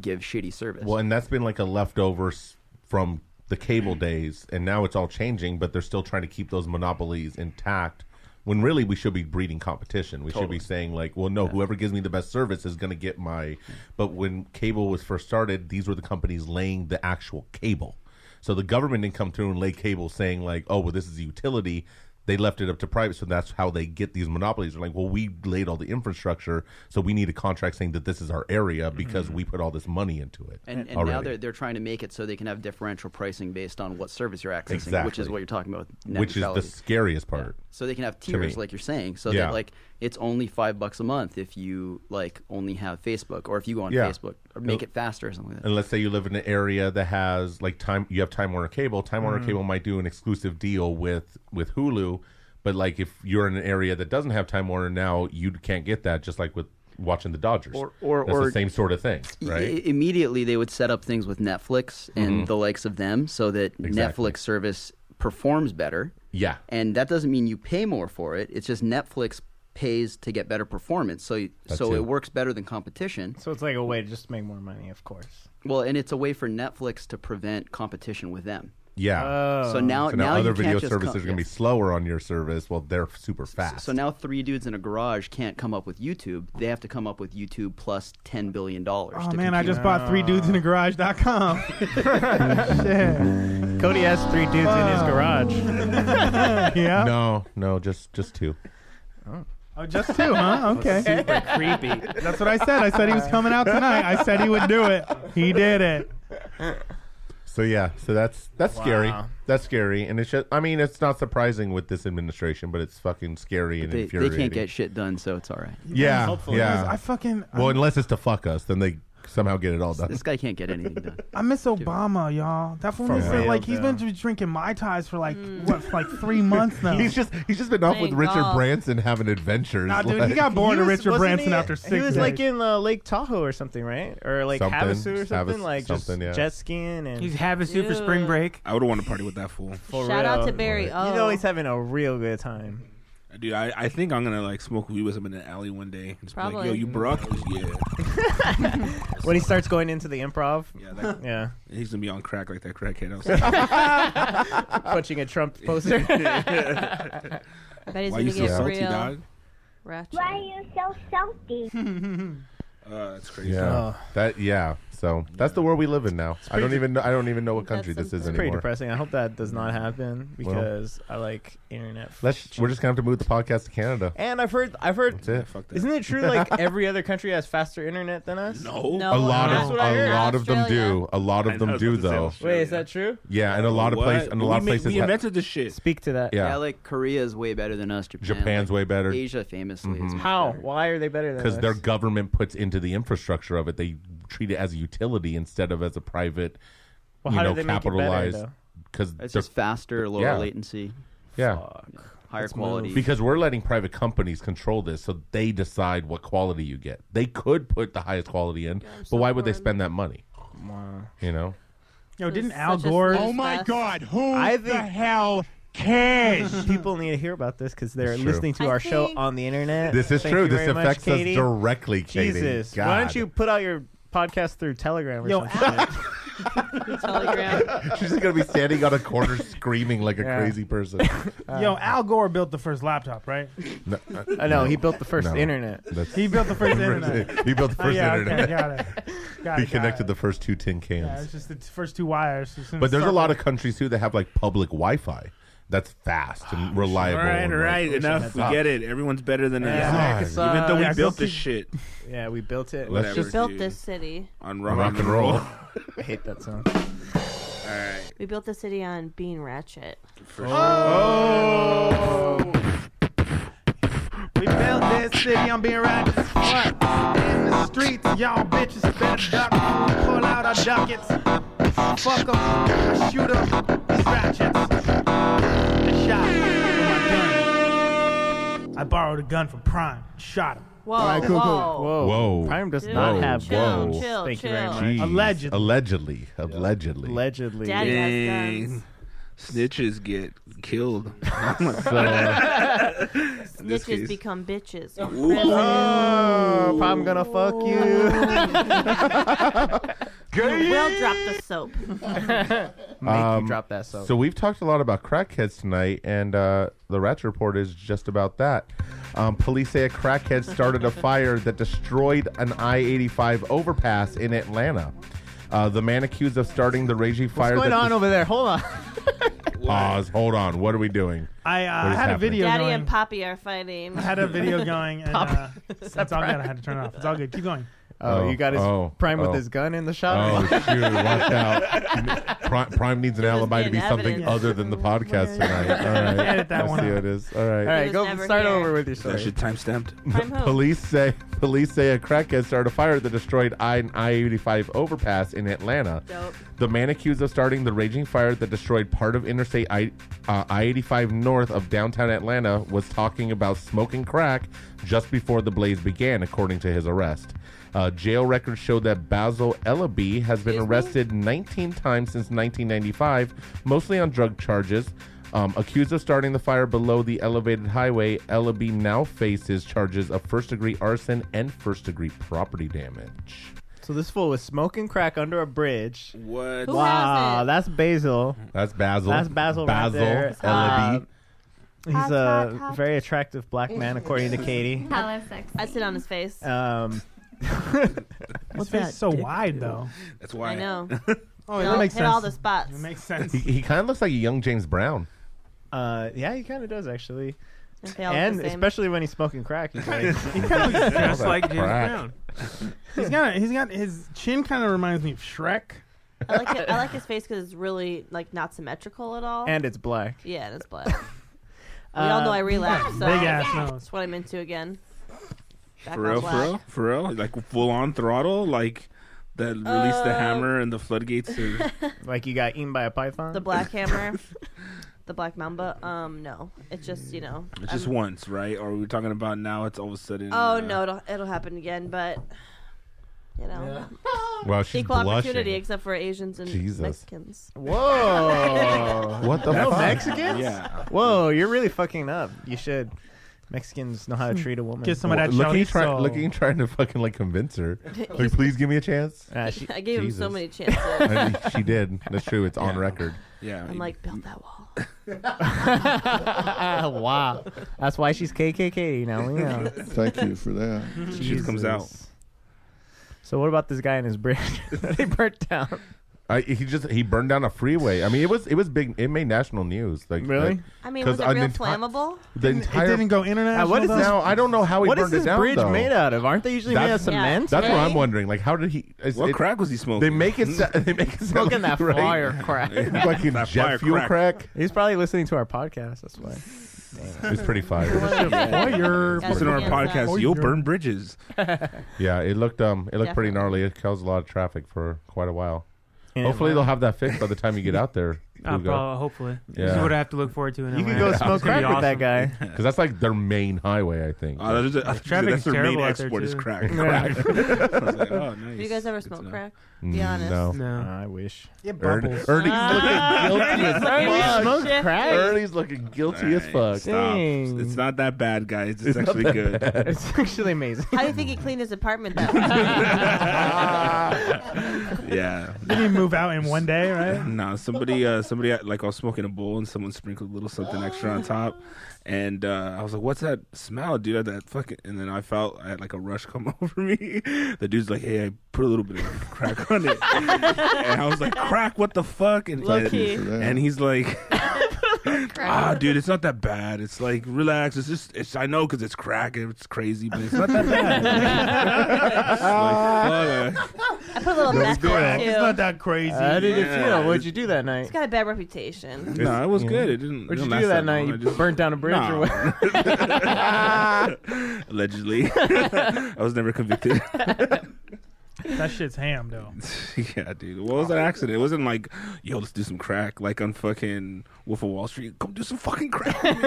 Speaker 14: give shitty service.
Speaker 5: Well, and that's been like a leftover s- from the cable days, and now it's all changing, but they're still trying to keep those monopolies intact. When really we should be breeding competition. We
Speaker 14: Totally.
Speaker 5: should be saying like, well, no, whoever gives me the best service is going to get my. But when cable was first started, these were the companies laying the actual cable. So the government didn't come through and lay cable saying like, oh, well, this is a utility. They left it up to private, so that's how they get these monopolies. They're like, well, we laid all the infrastructure, so we need a contract saying that this is our area because we put all this money into it.
Speaker 14: And, and now
Speaker 5: already.
Speaker 14: they're they're trying to make it so they can have differential pricing based on what service you're accessing, which is
Speaker 5: Exactly.
Speaker 14: what you're talking about. with net
Speaker 5: which is the
Speaker 14: neutrality.
Speaker 5: scariest part.
Speaker 14: So they can have
Speaker 5: to me.
Speaker 14: tiers, like you're saying, so
Speaker 5: Yeah.
Speaker 14: that like it's only five bucks a month if you like only have Facebook, or if you go on
Speaker 5: Yeah.
Speaker 14: Facebook, or make it faster or something like that.
Speaker 5: And let's say you live in an area that has like time, you have Time Warner Cable. Time Warner
Speaker 14: Mhm.
Speaker 5: Cable might do an exclusive deal with with Hulu, but like if you're in an area that doesn't have Time Warner now, you can't get that. Just like with watching the Dodgers,
Speaker 14: Or- or-
Speaker 5: That's
Speaker 14: or-
Speaker 5: the same sort of thing,
Speaker 14: I-
Speaker 5: right?
Speaker 14: i- immediately they would set up things with Netflix and
Speaker 5: Mhm.
Speaker 14: the likes of them so that Netflix service performs better.
Speaker 5: Yeah.
Speaker 14: And that doesn't mean you pay more for it. It's just Netflix pays to get better performance. So you-
Speaker 8: That
Speaker 14: so
Speaker 8: too.
Speaker 14: it works better than competition.
Speaker 8: So it's like a way to just make more money, of course.
Speaker 14: Well, and it's a way for Netflix to prevent competition with them.
Speaker 5: yeah.
Speaker 14: So now, now,
Speaker 5: Oh, other
Speaker 14: you
Speaker 5: video
Speaker 14: can't just
Speaker 5: services
Speaker 14: come-
Speaker 5: are going to be slower on your service. Well, they're super fast.
Speaker 14: So now three dudes in a garage can't come up with YouTube. They have to come up with YouTube plus ten billion dollars.
Speaker 9: Oh man, I just bought three dudes in a garage.com.
Speaker 8: Cody has three dudes in his garage.
Speaker 9: yeah.
Speaker 5: No, no, just just two.
Speaker 9: Oh, just two, huh? Okay.
Speaker 13: Super creepy.
Speaker 9: That's what I said. I said he was coming out tonight. I said he would do it. He did it.
Speaker 5: So yeah, so that's that's scary.
Speaker 9: Wow.
Speaker 5: That's scary, and it's just, I mean, it's not surprising with this administration, but it's fucking scary and
Speaker 14: They, they
Speaker 5: infuriating.
Speaker 14: can't get shit done, so it's all right.
Speaker 5: Yeah, yeah.
Speaker 9: I fucking-
Speaker 5: well, unless it's to fuck us, then they somehow get it all done.
Speaker 14: This guy can't get anything done.
Speaker 9: I miss Obama, y'all. That fool
Speaker 5: For
Speaker 9: needs to
Speaker 5: real,
Speaker 9: like he's been drinking my ties for like
Speaker 8: Mm.
Speaker 9: what, for, like three months now.
Speaker 5: He's just he's just been off with
Speaker 9: Thank
Speaker 5: Richard
Speaker 9: God.
Speaker 5: Branson having adventures.
Speaker 9: Nah, dude, he got bored of
Speaker 8: was-
Speaker 9: Richard
Speaker 8: wasn't
Speaker 9: Branson
Speaker 8: he-
Speaker 9: after six.
Speaker 8: He was
Speaker 9: days.
Speaker 8: like in uh, Lake Tahoe or something, right? Or like
Speaker 5: Something.
Speaker 8: Havasu or something,
Speaker 5: Havas-
Speaker 8: like
Speaker 5: something, yeah.
Speaker 8: just jet skiing and.
Speaker 13: He's Havasu for spring
Speaker 8: Dude.
Speaker 13: break.
Speaker 2: I would want to party with that fool.
Speaker 8: For
Speaker 1: Shout out
Speaker 8: real.
Speaker 1: to Barry
Speaker 8: You
Speaker 1: O.
Speaker 8: know he's having a real good time.
Speaker 2: Dude, I, I think I'm gonna like smoke weed with him in an alley one day. And just Be like, Yo,
Speaker 1: Probably.
Speaker 2: you broccoli? Yeah.
Speaker 8: When he starts going into the improv, yeah,
Speaker 2: that-
Speaker 8: yeah.
Speaker 2: He's gonna be on crack like that crackhead
Speaker 1: Oh,
Speaker 2: outside.
Speaker 8: punching a Trump poster.
Speaker 1: I bet he's
Speaker 2: Why
Speaker 1: gonna
Speaker 2: you so
Speaker 1: get
Speaker 2: salty,
Speaker 1: real.
Speaker 2: dog?
Speaker 1: Ratchet.
Speaker 12: Why are you so salty?
Speaker 2: uh, that's crazy.
Speaker 5: yeah, that yeah. So that's the world we live in now. I
Speaker 8: pretty
Speaker 5: don't
Speaker 8: de-
Speaker 5: even know, I don't even know what country this is
Speaker 8: it's pretty
Speaker 5: anymore.
Speaker 8: depressing. I hope that does not happen
Speaker 5: Well.
Speaker 8: because I like internet. f-
Speaker 5: Let's we're just gonna have to move the podcast to Canada.
Speaker 8: And I've heard, I've heard.
Speaker 5: That's it. Fuck that.
Speaker 8: Isn't it true? Like every other country has faster internet than us.
Speaker 2: No,
Speaker 14: Oh,
Speaker 5: a lot
Speaker 8: That's
Speaker 5: of
Speaker 8: what I
Speaker 5: a
Speaker 8: heard.
Speaker 5: lot of them do. A lot of them do though.
Speaker 8: Wait, is that true?
Speaker 5: Yeah, and a lot of
Speaker 2: What?
Speaker 5: places and a lot of
Speaker 2: We ma-
Speaker 5: places
Speaker 2: we
Speaker 5: ha-
Speaker 2: invented this shit.
Speaker 8: Speak to that.
Speaker 5: Yeah.
Speaker 14: Yeah. like Korea is way better than us. Japan,
Speaker 5: Japan's
Speaker 14: like,
Speaker 5: way better.
Speaker 14: Asia famously is
Speaker 5: Mhm.
Speaker 14: much
Speaker 8: How?
Speaker 14: better.
Speaker 8: Why are they better than us?
Speaker 5: because their government puts into the infrastructure of it. They treat it as a utility instead of as a private,
Speaker 14: Well,
Speaker 5: you
Speaker 14: how do
Speaker 5: know,
Speaker 14: they make it better,
Speaker 5: capitalized.
Speaker 14: though?
Speaker 5: Because
Speaker 14: It's just faster, lower
Speaker 5: yeah.
Speaker 14: latency.
Speaker 5: Yeah.
Speaker 14: Higher quality.
Speaker 5: Because we're letting private companies control this, so they decide what quality you get. They could put the highest quality in, but why would they spend that money? You know,
Speaker 9: Yo, didn't
Speaker 8: It's
Speaker 9: Al
Speaker 8: such a
Speaker 9: Gore?
Speaker 8: snooze Oh my fest. God,
Speaker 9: who
Speaker 8: I the think-
Speaker 9: hell
Speaker 8: People need to hear about this because they're
Speaker 5: It's true.
Speaker 8: listening to
Speaker 5: I
Speaker 8: our show
Speaker 5: think-
Speaker 8: on the internet.
Speaker 5: This is
Speaker 8: Uh, Thank
Speaker 5: true.
Speaker 8: you
Speaker 5: This
Speaker 8: very much,
Speaker 5: affects us
Speaker 8: Katie.
Speaker 5: directly, Katie.
Speaker 8: Jesus, why don't
Speaker 5: God.
Speaker 8: you put out your podcast through Telegram or
Speaker 9: Yo,
Speaker 8: something?
Speaker 5: she's just gonna be standing on a corner screaming like a
Speaker 9: Yeah.
Speaker 5: crazy person.
Speaker 9: Yo, Al Gore built the first laptop, right?
Speaker 5: No,
Speaker 8: I know, he built the first internet.
Speaker 5: That's-
Speaker 9: He built the first internet.
Speaker 5: he built the
Speaker 9: Oh,
Speaker 5: first
Speaker 9: yeah,
Speaker 5: internet.
Speaker 9: Okay, got it.
Speaker 5: He
Speaker 16: Got it, got
Speaker 5: connected
Speaker 16: it.
Speaker 5: the first two tin cans.
Speaker 16: Yeah, it's just the t- first two wires. As soon
Speaker 5: But
Speaker 16: as
Speaker 5: there's a
Speaker 16: start-
Speaker 5: lot of countries too that have like public Wi-Fi. That's fast and reliable.
Speaker 2: All right,
Speaker 5: and
Speaker 2: all
Speaker 5: like-
Speaker 2: right, enough. We get it. Everyone's better than us.
Speaker 5: Yeah,
Speaker 2: Even though we
Speaker 5: yeah,
Speaker 2: built
Speaker 5: go
Speaker 2: this
Speaker 5: keep-
Speaker 2: shit.
Speaker 8: Yeah, we built it.
Speaker 2: Let's
Speaker 1: we
Speaker 2: just-
Speaker 1: built
Speaker 2: dude.
Speaker 1: this city.
Speaker 2: On rock,
Speaker 5: Rock
Speaker 2: and
Speaker 5: and
Speaker 2: roll.
Speaker 5: roll.
Speaker 8: I hate that song.
Speaker 2: all right.
Speaker 1: We built the city on Bean Ratchet.
Speaker 2: For
Speaker 9: We built this city on being righteous. What? In the streets, y'all bitches better duck. Pull out our ducats. Fuck 'em, Shoot 'em. It's ratchets. I shot with my gun.
Speaker 16: I borrowed a gun from Prime, shot him.
Speaker 1: Whoa, All right, cool, cool. whoa.
Speaker 5: Whoa.
Speaker 16: Prime does
Speaker 1: Dude,
Speaker 16: not
Speaker 5: whoa,
Speaker 16: have
Speaker 5: whoa.
Speaker 16: guns.
Speaker 1: chill,
Speaker 16: Thank you
Speaker 1: chill.
Speaker 16: very much.
Speaker 5: Jeez.
Speaker 16: Allegedly.
Speaker 5: Allegedly. Allegedly.
Speaker 8: Allegedly.
Speaker 1: Daddy has
Speaker 2: Dang. Snitches get killed.
Speaker 5: uh,
Speaker 2: In this
Speaker 1: Snitches
Speaker 2: case-
Speaker 1: become bitches.
Speaker 8: Oh, I'm gonna fuck you.
Speaker 1: You will drop the soap.
Speaker 8: Make you
Speaker 5: Um,
Speaker 8: drop that soap.
Speaker 5: So we've talked a lot about crackheads tonight, and uh, the Ratchet Report is just about that. Um, police say a crackhead started a fire that destroyed an I-85 overpass in Atlanta. Uh, the man accused of starting the raging
Speaker 8: What's
Speaker 5: fire.
Speaker 8: going
Speaker 5: that
Speaker 8: on over there? Hold on.
Speaker 5: Pause. Hold on. What are we doing?
Speaker 16: I, uh,
Speaker 5: What is
Speaker 16: had a
Speaker 5: happening?
Speaker 16: video
Speaker 1: Daddy
Speaker 16: going.
Speaker 1: and Poppy are fighting.
Speaker 16: I had a video going, and
Speaker 1: Pop-
Speaker 16: uh, that's all good. I had to turn it off. It's all good. Keep going.
Speaker 8: Oh, you got his
Speaker 5: oh,
Speaker 8: prime
Speaker 5: oh.
Speaker 8: with his gun in the
Speaker 5: Oh
Speaker 8: shot.
Speaker 5: shoot! Watch out. Prime, Prime needs an alibi to be
Speaker 8: in
Speaker 5: something
Speaker 8: evidence.
Speaker 5: other than the podcast tonight. All right,
Speaker 8: Edit that
Speaker 5: I
Speaker 8: one
Speaker 5: see
Speaker 8: out.
Speaker 5: it is. All right,
Speaker 8: All right, go start over with your
Speaker 2: That
Speaker 8: story.
Speaker 2: shit time stamped.
Speaker 5: Police say police say a crackhead started a fire that destroyed I I eighty five overpass in Atlanta.
Speaker 1: Dope.
Speaker 5: The man accused of starting the raging fire that destroyed part of Interstate I eighty five north of downtown Atlanta was talking about smoking crack just before the blaze began, according to his arrest. Uh, jail records show that Basil Ellaby has been arrested 19 times since 1995, mostly on drug charges. Um, accused of starting the fire below the elevated highway, Ellaby now faces charges of first degree arson and first degree property damage.
Speaker 8: So this fool was smoking crack under a bridge.
Speaker 2: What?
Speaker 1: Who
Speaker 8: wow, that's Basil.
Speaker 5: That's Basil.
Speaker 8: That's Basil.
Speaker 5: Basil,
Speaker 8: right there.
Speaker 5: Ellaby.
Speaker 8: Uh, he's a very attractive black man, according to Katie.
Speaker 1: Hello, sex. I sit on his face.
Speaker 8: Um,
Speaker 16: His face is so wide, though.
Speaker 2: That's why.
Speaker 1: I know.
Speaker 16: Oh,
Speaker 1: Hit
Speaker 16: that
Speaker 1: all-
Speaker 16: makes
Speaker 1: hit
Speaker 16: sense.
Speaker 1: all the spots.
Speaker 16: It makes sense.
Speaker 5: He, he kind of looks like a young James Brown.
Speaker 8: uh, yeah, he kind of does actually.
Speaker 1: They all look
Speaker 8: And
Speaker 1: the same.
Speaker 8: especially when he's smoking crack, he's like,
Speaker 16: he kind of looks
Speaker 5: All
Speaker 16: just
Speaker 5: that
Speaker 16: like James
Speaker 5: crack.
Speaker 16: Brown. He's got he's got his chin kind of reminds me of Shrek.
Speaker 1: I like it. I like his face because it's really like not symmetrical at all.
Speaker 8: and Uh, it's black.
Speaker 1: yeah, and it's black. we all know I relapsed. So
Speaker 16: Big ass nose.
Speaker 1: That's what I'm into again. Back
Speaker 2: For
Speaker 1: on
Speaker 2: real,
Speaker 1: black.
Speaker 2: for real, for real, like full on throttle, like that. Release the
Speaker 1: Uh,
Speaker 2: hammer and the floodgates. Of,
Speaker 8: Like you got eaten by a python.
Speaker 1: The Black Hammer, the Black Mamba. Um, no, it's just you know.
Speaker 2: it's just
Speaker 1: I'm-
Speaker 2: once, right? Or are we talking about now? It's all of a sudden.
Speaker 1: Oh
Speaker 2: uh,
Speaker 1: no, it'll it'll happen again, but you know,
Speaker 5: Wow, she's
Speaker 1: equal opportunity
Speaker 5: blushing.
Speaker 1: except for Asians and
Speaker 5: Jesus.
Speaker 1: Mexicans.
Speaker 8: Whoa!
Speaker 5: What the
Speaker 8: no
Speaker 5: fuck?
Speaker 8: Mexicans?
Speaker 2: Yeah.
Speaker 8: Whoa, you're really fucking up. You should. Mexicans know how
Speaker 5: Hmm.
Speaker 8: to treat a woman.
Speaker 16: Get some of
Speaker 5: Well,
Speaker 16: that
Speaker 5: look, at you try,
Speaker 16: chorizo.
Speaker 5: look at you trying to fucking like convince her. Like, please give me a chance.
Speaker 8: Ah, she-
Speaker 1: I gave him so
Speaker 5: Jesus.
Speaker 1: many chances.
Speaker 5: I mean, she did. That's true. It's on record.
Speaker 2: Yeah.
Speaker 1: I'm like, build that wall.
Speaker 8: wow, that's why she's KKK now. We know.
Speaker 7: Thank you for that.
Speaker 2: She just comes out.
Speaker 8: Jesus. So what about this guy in his bridge that he burnt down?
Speaker 5: I, he just he burned down a freeway. I mean, it was it was big. It made national news. Like
Speaker 8: Really?
Speaker 5: like-
Speaker 1: I mean,
Speaker 5: 'cause
Speaker 1: was it
Speaker 5: an
Speaker 1: real
Speaker 5: enti-
Speaker 1: flammable?
Speaker 5: The
Speaker 16: Didn't-
Speaker 5: entire
Speaker 16: it didn't go international.
Speaker 8: Uh, what is
Speaker 16: though?
Speaker 8: this-
Speaker 5: now I don't know how he
Speaker 8: What is
Speaker 5: burned
Speaker 8: this
Speaker 5: it down.
Speaker 8: bridge
Speaker 5: though.
Speaker 8: made out of? Aren't they usually made
Speaker 5: That's-
Speaker 8: out of
Speaker 1: Yeah.
Speaker 8: cement?
Speaker 5: That's what I'm
Speaker 1: Hey.
Speaker 5: wondering. Like, how did he? is
Speaker 2: What
Speaker 5: it-
Speaker 2: crack was he smoking?
Speaker 5: They make it. sa- They make it sound
Speaker 8: Smoking
Speaker 5: like,
Speaker 8: that
Speaker 5: right?
Speaker 8: fire crack.
Speaker 5: Fucking
Speaker 2: That fire
Speaker 5: jet fuel
Speaker 2: crack.
Speaker 5: crack.
Speaker 8: He's probably listening to our podcast. That's why.
Speaker 5: It's pretty fire.
Speaker 16: Lawyer.
Speaker 1: That's
Speaker 2: Listen to our
Speaker 1: against us.
Speaker 2: podcast. You'll burn bridges.
Speaker 5: yeah, it looked um, it looked pretty
Speaker 1: Definitely.
Speaker 5: gnarly. It caused a lot of traffic for quite a while.
Speaker 8: Yeah,
Speaker 5: Hopefully,
Speaker 8: wow.
Speaker 5: they'll have that fixed by the time you get out there.
Speaker 13: Uh, bro, hopefully, this is
Speaker 5: Yeah.
Speaker 13: what I have to look forward to. In
Speaker 8: You could
Speaker 13: Atlanta.
Speaker 8: go
Speaker 13: It's
Speaker 8: smoke
Speaker 13: gonna
Speaker 8: crack
Speaker 13: be
Speaker 8: with that
Speaker 13: awesome.
Speaker 8: guy.
Speaker 5: Because that's like their main highway, I think.
Speaker 2: Oh, that's, just,
Speaker 13: traffic
Speaker 2: that's
Speaker 13: is
Speaker 2: their main
Speaker 13: terrible out there,
Speaker 2: export is
Speaker 13: too.
Speaker 2: crack.
Speaker 5: Yeah.
Speaker 2: Crack. I was like, oh, nice.
Speaker 1: Have you guys ever
Speaker 2: Good to
Speaker 1: smoked
Speaker 2: know.
Speaker 1: crack? Be honest.
Speaker 5: Mm, No.
Speaker 13: No,
Speaker 8: I wish.
Speaker 16: Yeah,
Speaker 5: Ern-
Speaker 16: bubbles.
Speaker 5: Ernie's
Speaker 1: Ah,
Speaker 5: looking guilty as
Speaker 1: look at me
Speaker 5: fuck.
Speaker 1: smoke crack.
Speaker 5: Ernie's looking guilty as
Speaker 2: All right,
Speaker 5: fuck.
Speaker 2: stop.
Speaker 8: Dang.
Speaker 2: It's not that bad, guys. It's,
Speaker 5: It's not
Speaker 2: actually
Speaker 5: that
Speaker 2: good.
Speaker 5: bad.
Speaker 8: It's actually amazing.
Speaker 1: How do you think he cleaned his apartment that way?
Speaker 2: Yeah.
Speaker 16: Didn't he move out in one day, right?
Speaker 2: No, somebody uh, somebody like I was smoking a bowl and someone sprinkled a little something extra on top, and uh, I was like, "What's that smell, dude?" That fucking and then I felt I had like a rush come over me. The dude's like, "Hey, I put a little bit of crack on it," and I was like, "Crack? What the fuck?" And
Speaker 9: Low
Speaker 2: and,
Speaker 9: key.
Speaker 2: and he's like. Ah, dude, it's not that bad. It's like relax. It's just it's. I know because it's crack. and It's crazy, but it's not that bad. Like, fuck, I-
Speaker 1: I put a little
Speaker 2: That was
Speaker 1: meth in
Speaker 2: good.
Speaker 1: it,
Speaker 2: It's
Speaker 1: too.
Speaker 2: not that crazy.
Speaker 8: How did it
Speaker 2: Yeah.
Speaker 8: feel? What'd you do that night?
Speaker 1: It's got a bad reputation.
Speaker 2: No, it was good. It didn't.
Speaker 8: What'd
Speaker 2: it
Speaker 8: you
Speaker 2: didn't
Speaker 8: do
Speaker 2: last
Speaker 8: that night?
Speaker 2: long.
Speaker 8: You
Speaker 2: I just-
Speaker 8: burnt down a bridge or
Speaker 2: Nah. Allegedly, I was never convicted.
Speaker 16: That shit's ham, though.
Speaker 2: yeah, dude. What
Speaker 8: Oh.
Speaker 2: was that accident? It wasn't like, yo, let's do some crack, like on fucking Wolf of Wall Street. Come do some fucking crack. Not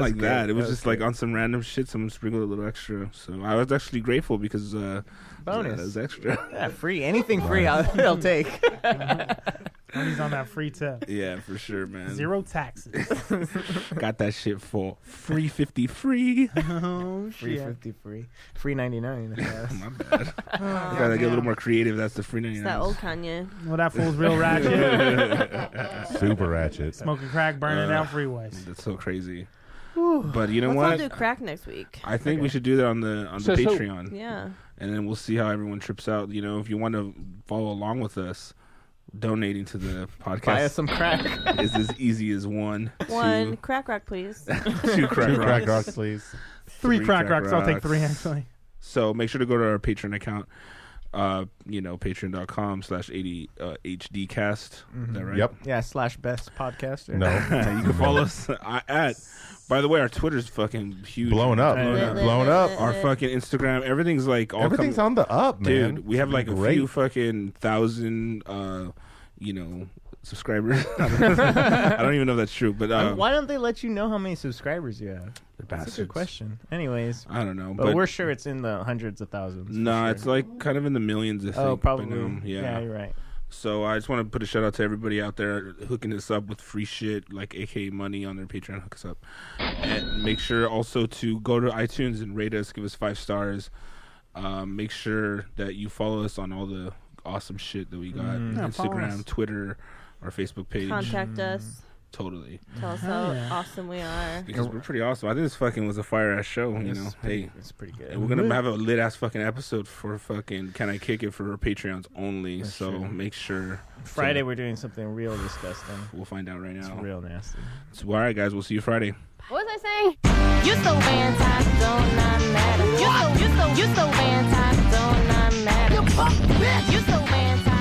Speaker 2: like that. It was just like on some random shit. Someone sprinkled a little extra. So I was actually grateful because uh,
Speaker 8: Bonus.
Speaker 2: that was extra.
Speaker 8: Yeah, free. Anything free, I'll, I'll take.
Speaker 16: When he's on that free tip.
Speaker 2: Yeah, for sure, man.
Speaker 16: Zero taxes.
Speaker 2: Got that shit for free fifty free.
Speaker 8: Oh, free
Speaker 16: shit.
Speaker 8: fifty free, free ninety nine.
Speaker 2: My bad. I gotta get a little more creative. That's the free ninety
Speaker 1: Oh, It's
Speaker 2: nine.
Speaker 1: that old Kanye.
Speaker 16: Well, that fool's real ratchet.
Speaker 5: Super ratchet.
Speaker 16: Smoking crack, burning down freeways.
Speaker 2: That's so crazy.
Speaker 1: Whew.
Speaker 2: But you know
Speaker 1: Let's
Speaker 2: what?
Speaker 1: all do crack next week.
Speaker 2: I think we should do that on the on the
Speaker 1: So- so-
Speaker 2: Patreon.
Speaker 1: Yeah.
Speaker 2: And then we'll see how everyone trips out. You know, if you want to follow along with us, donating to the podcast.
Speaker 8: Buy us some crack.
Speaker 2: is as easy as one.
Speaker 1: One crack rock, please.
Speaker 2: Two, two crack
Speaker 5: Two crack
Speaker 2: rocks.
Speaker 5: rocks, please.
Speaker 16: Three crack rocks. I'll take three, actually.
Speaker 2: So make sure to go to our Patreon account. Uh, you know, patreon.com slash 80 uh, HDcast. Is that right?
Speaker 8: Yeah, slash best podcaster.
Speaker 2: you can follow us I- at. By the way, our Twitter's fucking huge,
Speaker 5: Blown up.
Speaker 2: Blown
Speaker 5: Yeah. Blown up.
Speaker 2: Our
Speaker 8: Uh-huh.
Speaker 2: fucking Instagram, everything's like all
Speaker 5: Everything's
Speaker 2: coming-
Speaker 5: on the up, man.
Speaker 2: Dude, we have like a
Speaker 5: Great.
Speaker 2: few fucking thousand, uh, you know, subscribers. I don't even know if that's true, but
Speaker 8: Um,
Speaker 2: um,
Speaker 8: Why don't they let you know how many subscribers you have? That's a
Speaker 2: bastards.
Speaker 8: good question. Anyways,
Speaker 2: I don't know,
Speaker 8: but,
Speaker 2: but-
Speaker 8: we're sure it's in the hundreds of thousands. for
Speaker 2: No,
Speaker 8: sure.
Speaker 2: it's like kind of in the millions. I think.
Speaker 8: Oh,
Speaker 2: by
Speaker 8: probably.
Speaker 2: now. Yeah.
Speaker 8: Yeah, you're right.
Speaker 2: So I just want to put a shout out to everybody out there hooking us up with free shit, like AKA money on their Patreon. Hook us up, and make sure also to go to iTunes and rate us, give us five stars. Um, make sure that you follow us on all the awesome shit that we got:
Speaker 1: Mhm. Yeah, follow us.
Speaker 2: Instagram, Twitter, our Facebook page.
Speaker 1: Contact us.
Speaker 2: Totally.
Speaker 1: Tell us how awesome we are.
Speaker 2: Because we're pretty awesome. I think this fucking was a fire ass show. You know, hey,
Speaker 8: it's pretty good.
Speaker 2: And we're gonna have a lit ass fucking episode for fucking can I kick it for our Patreons only. so
Speaker 8: true.
Speaker 2: make sure
Speaker 8: Friday
Speaker 2: So
Speaker 8: we're doing something real disgusting.
Speaker 2: we'll find out right now.
Speaker 8: It's real nasty.
Speaker 2: So all right, guys, we'll see you Friday.
Speaker 6: What was I saying? You so fantastic, don't not matter. You so, you so, you so fantastic, don't not matter. You punk bitch. You so fantastic.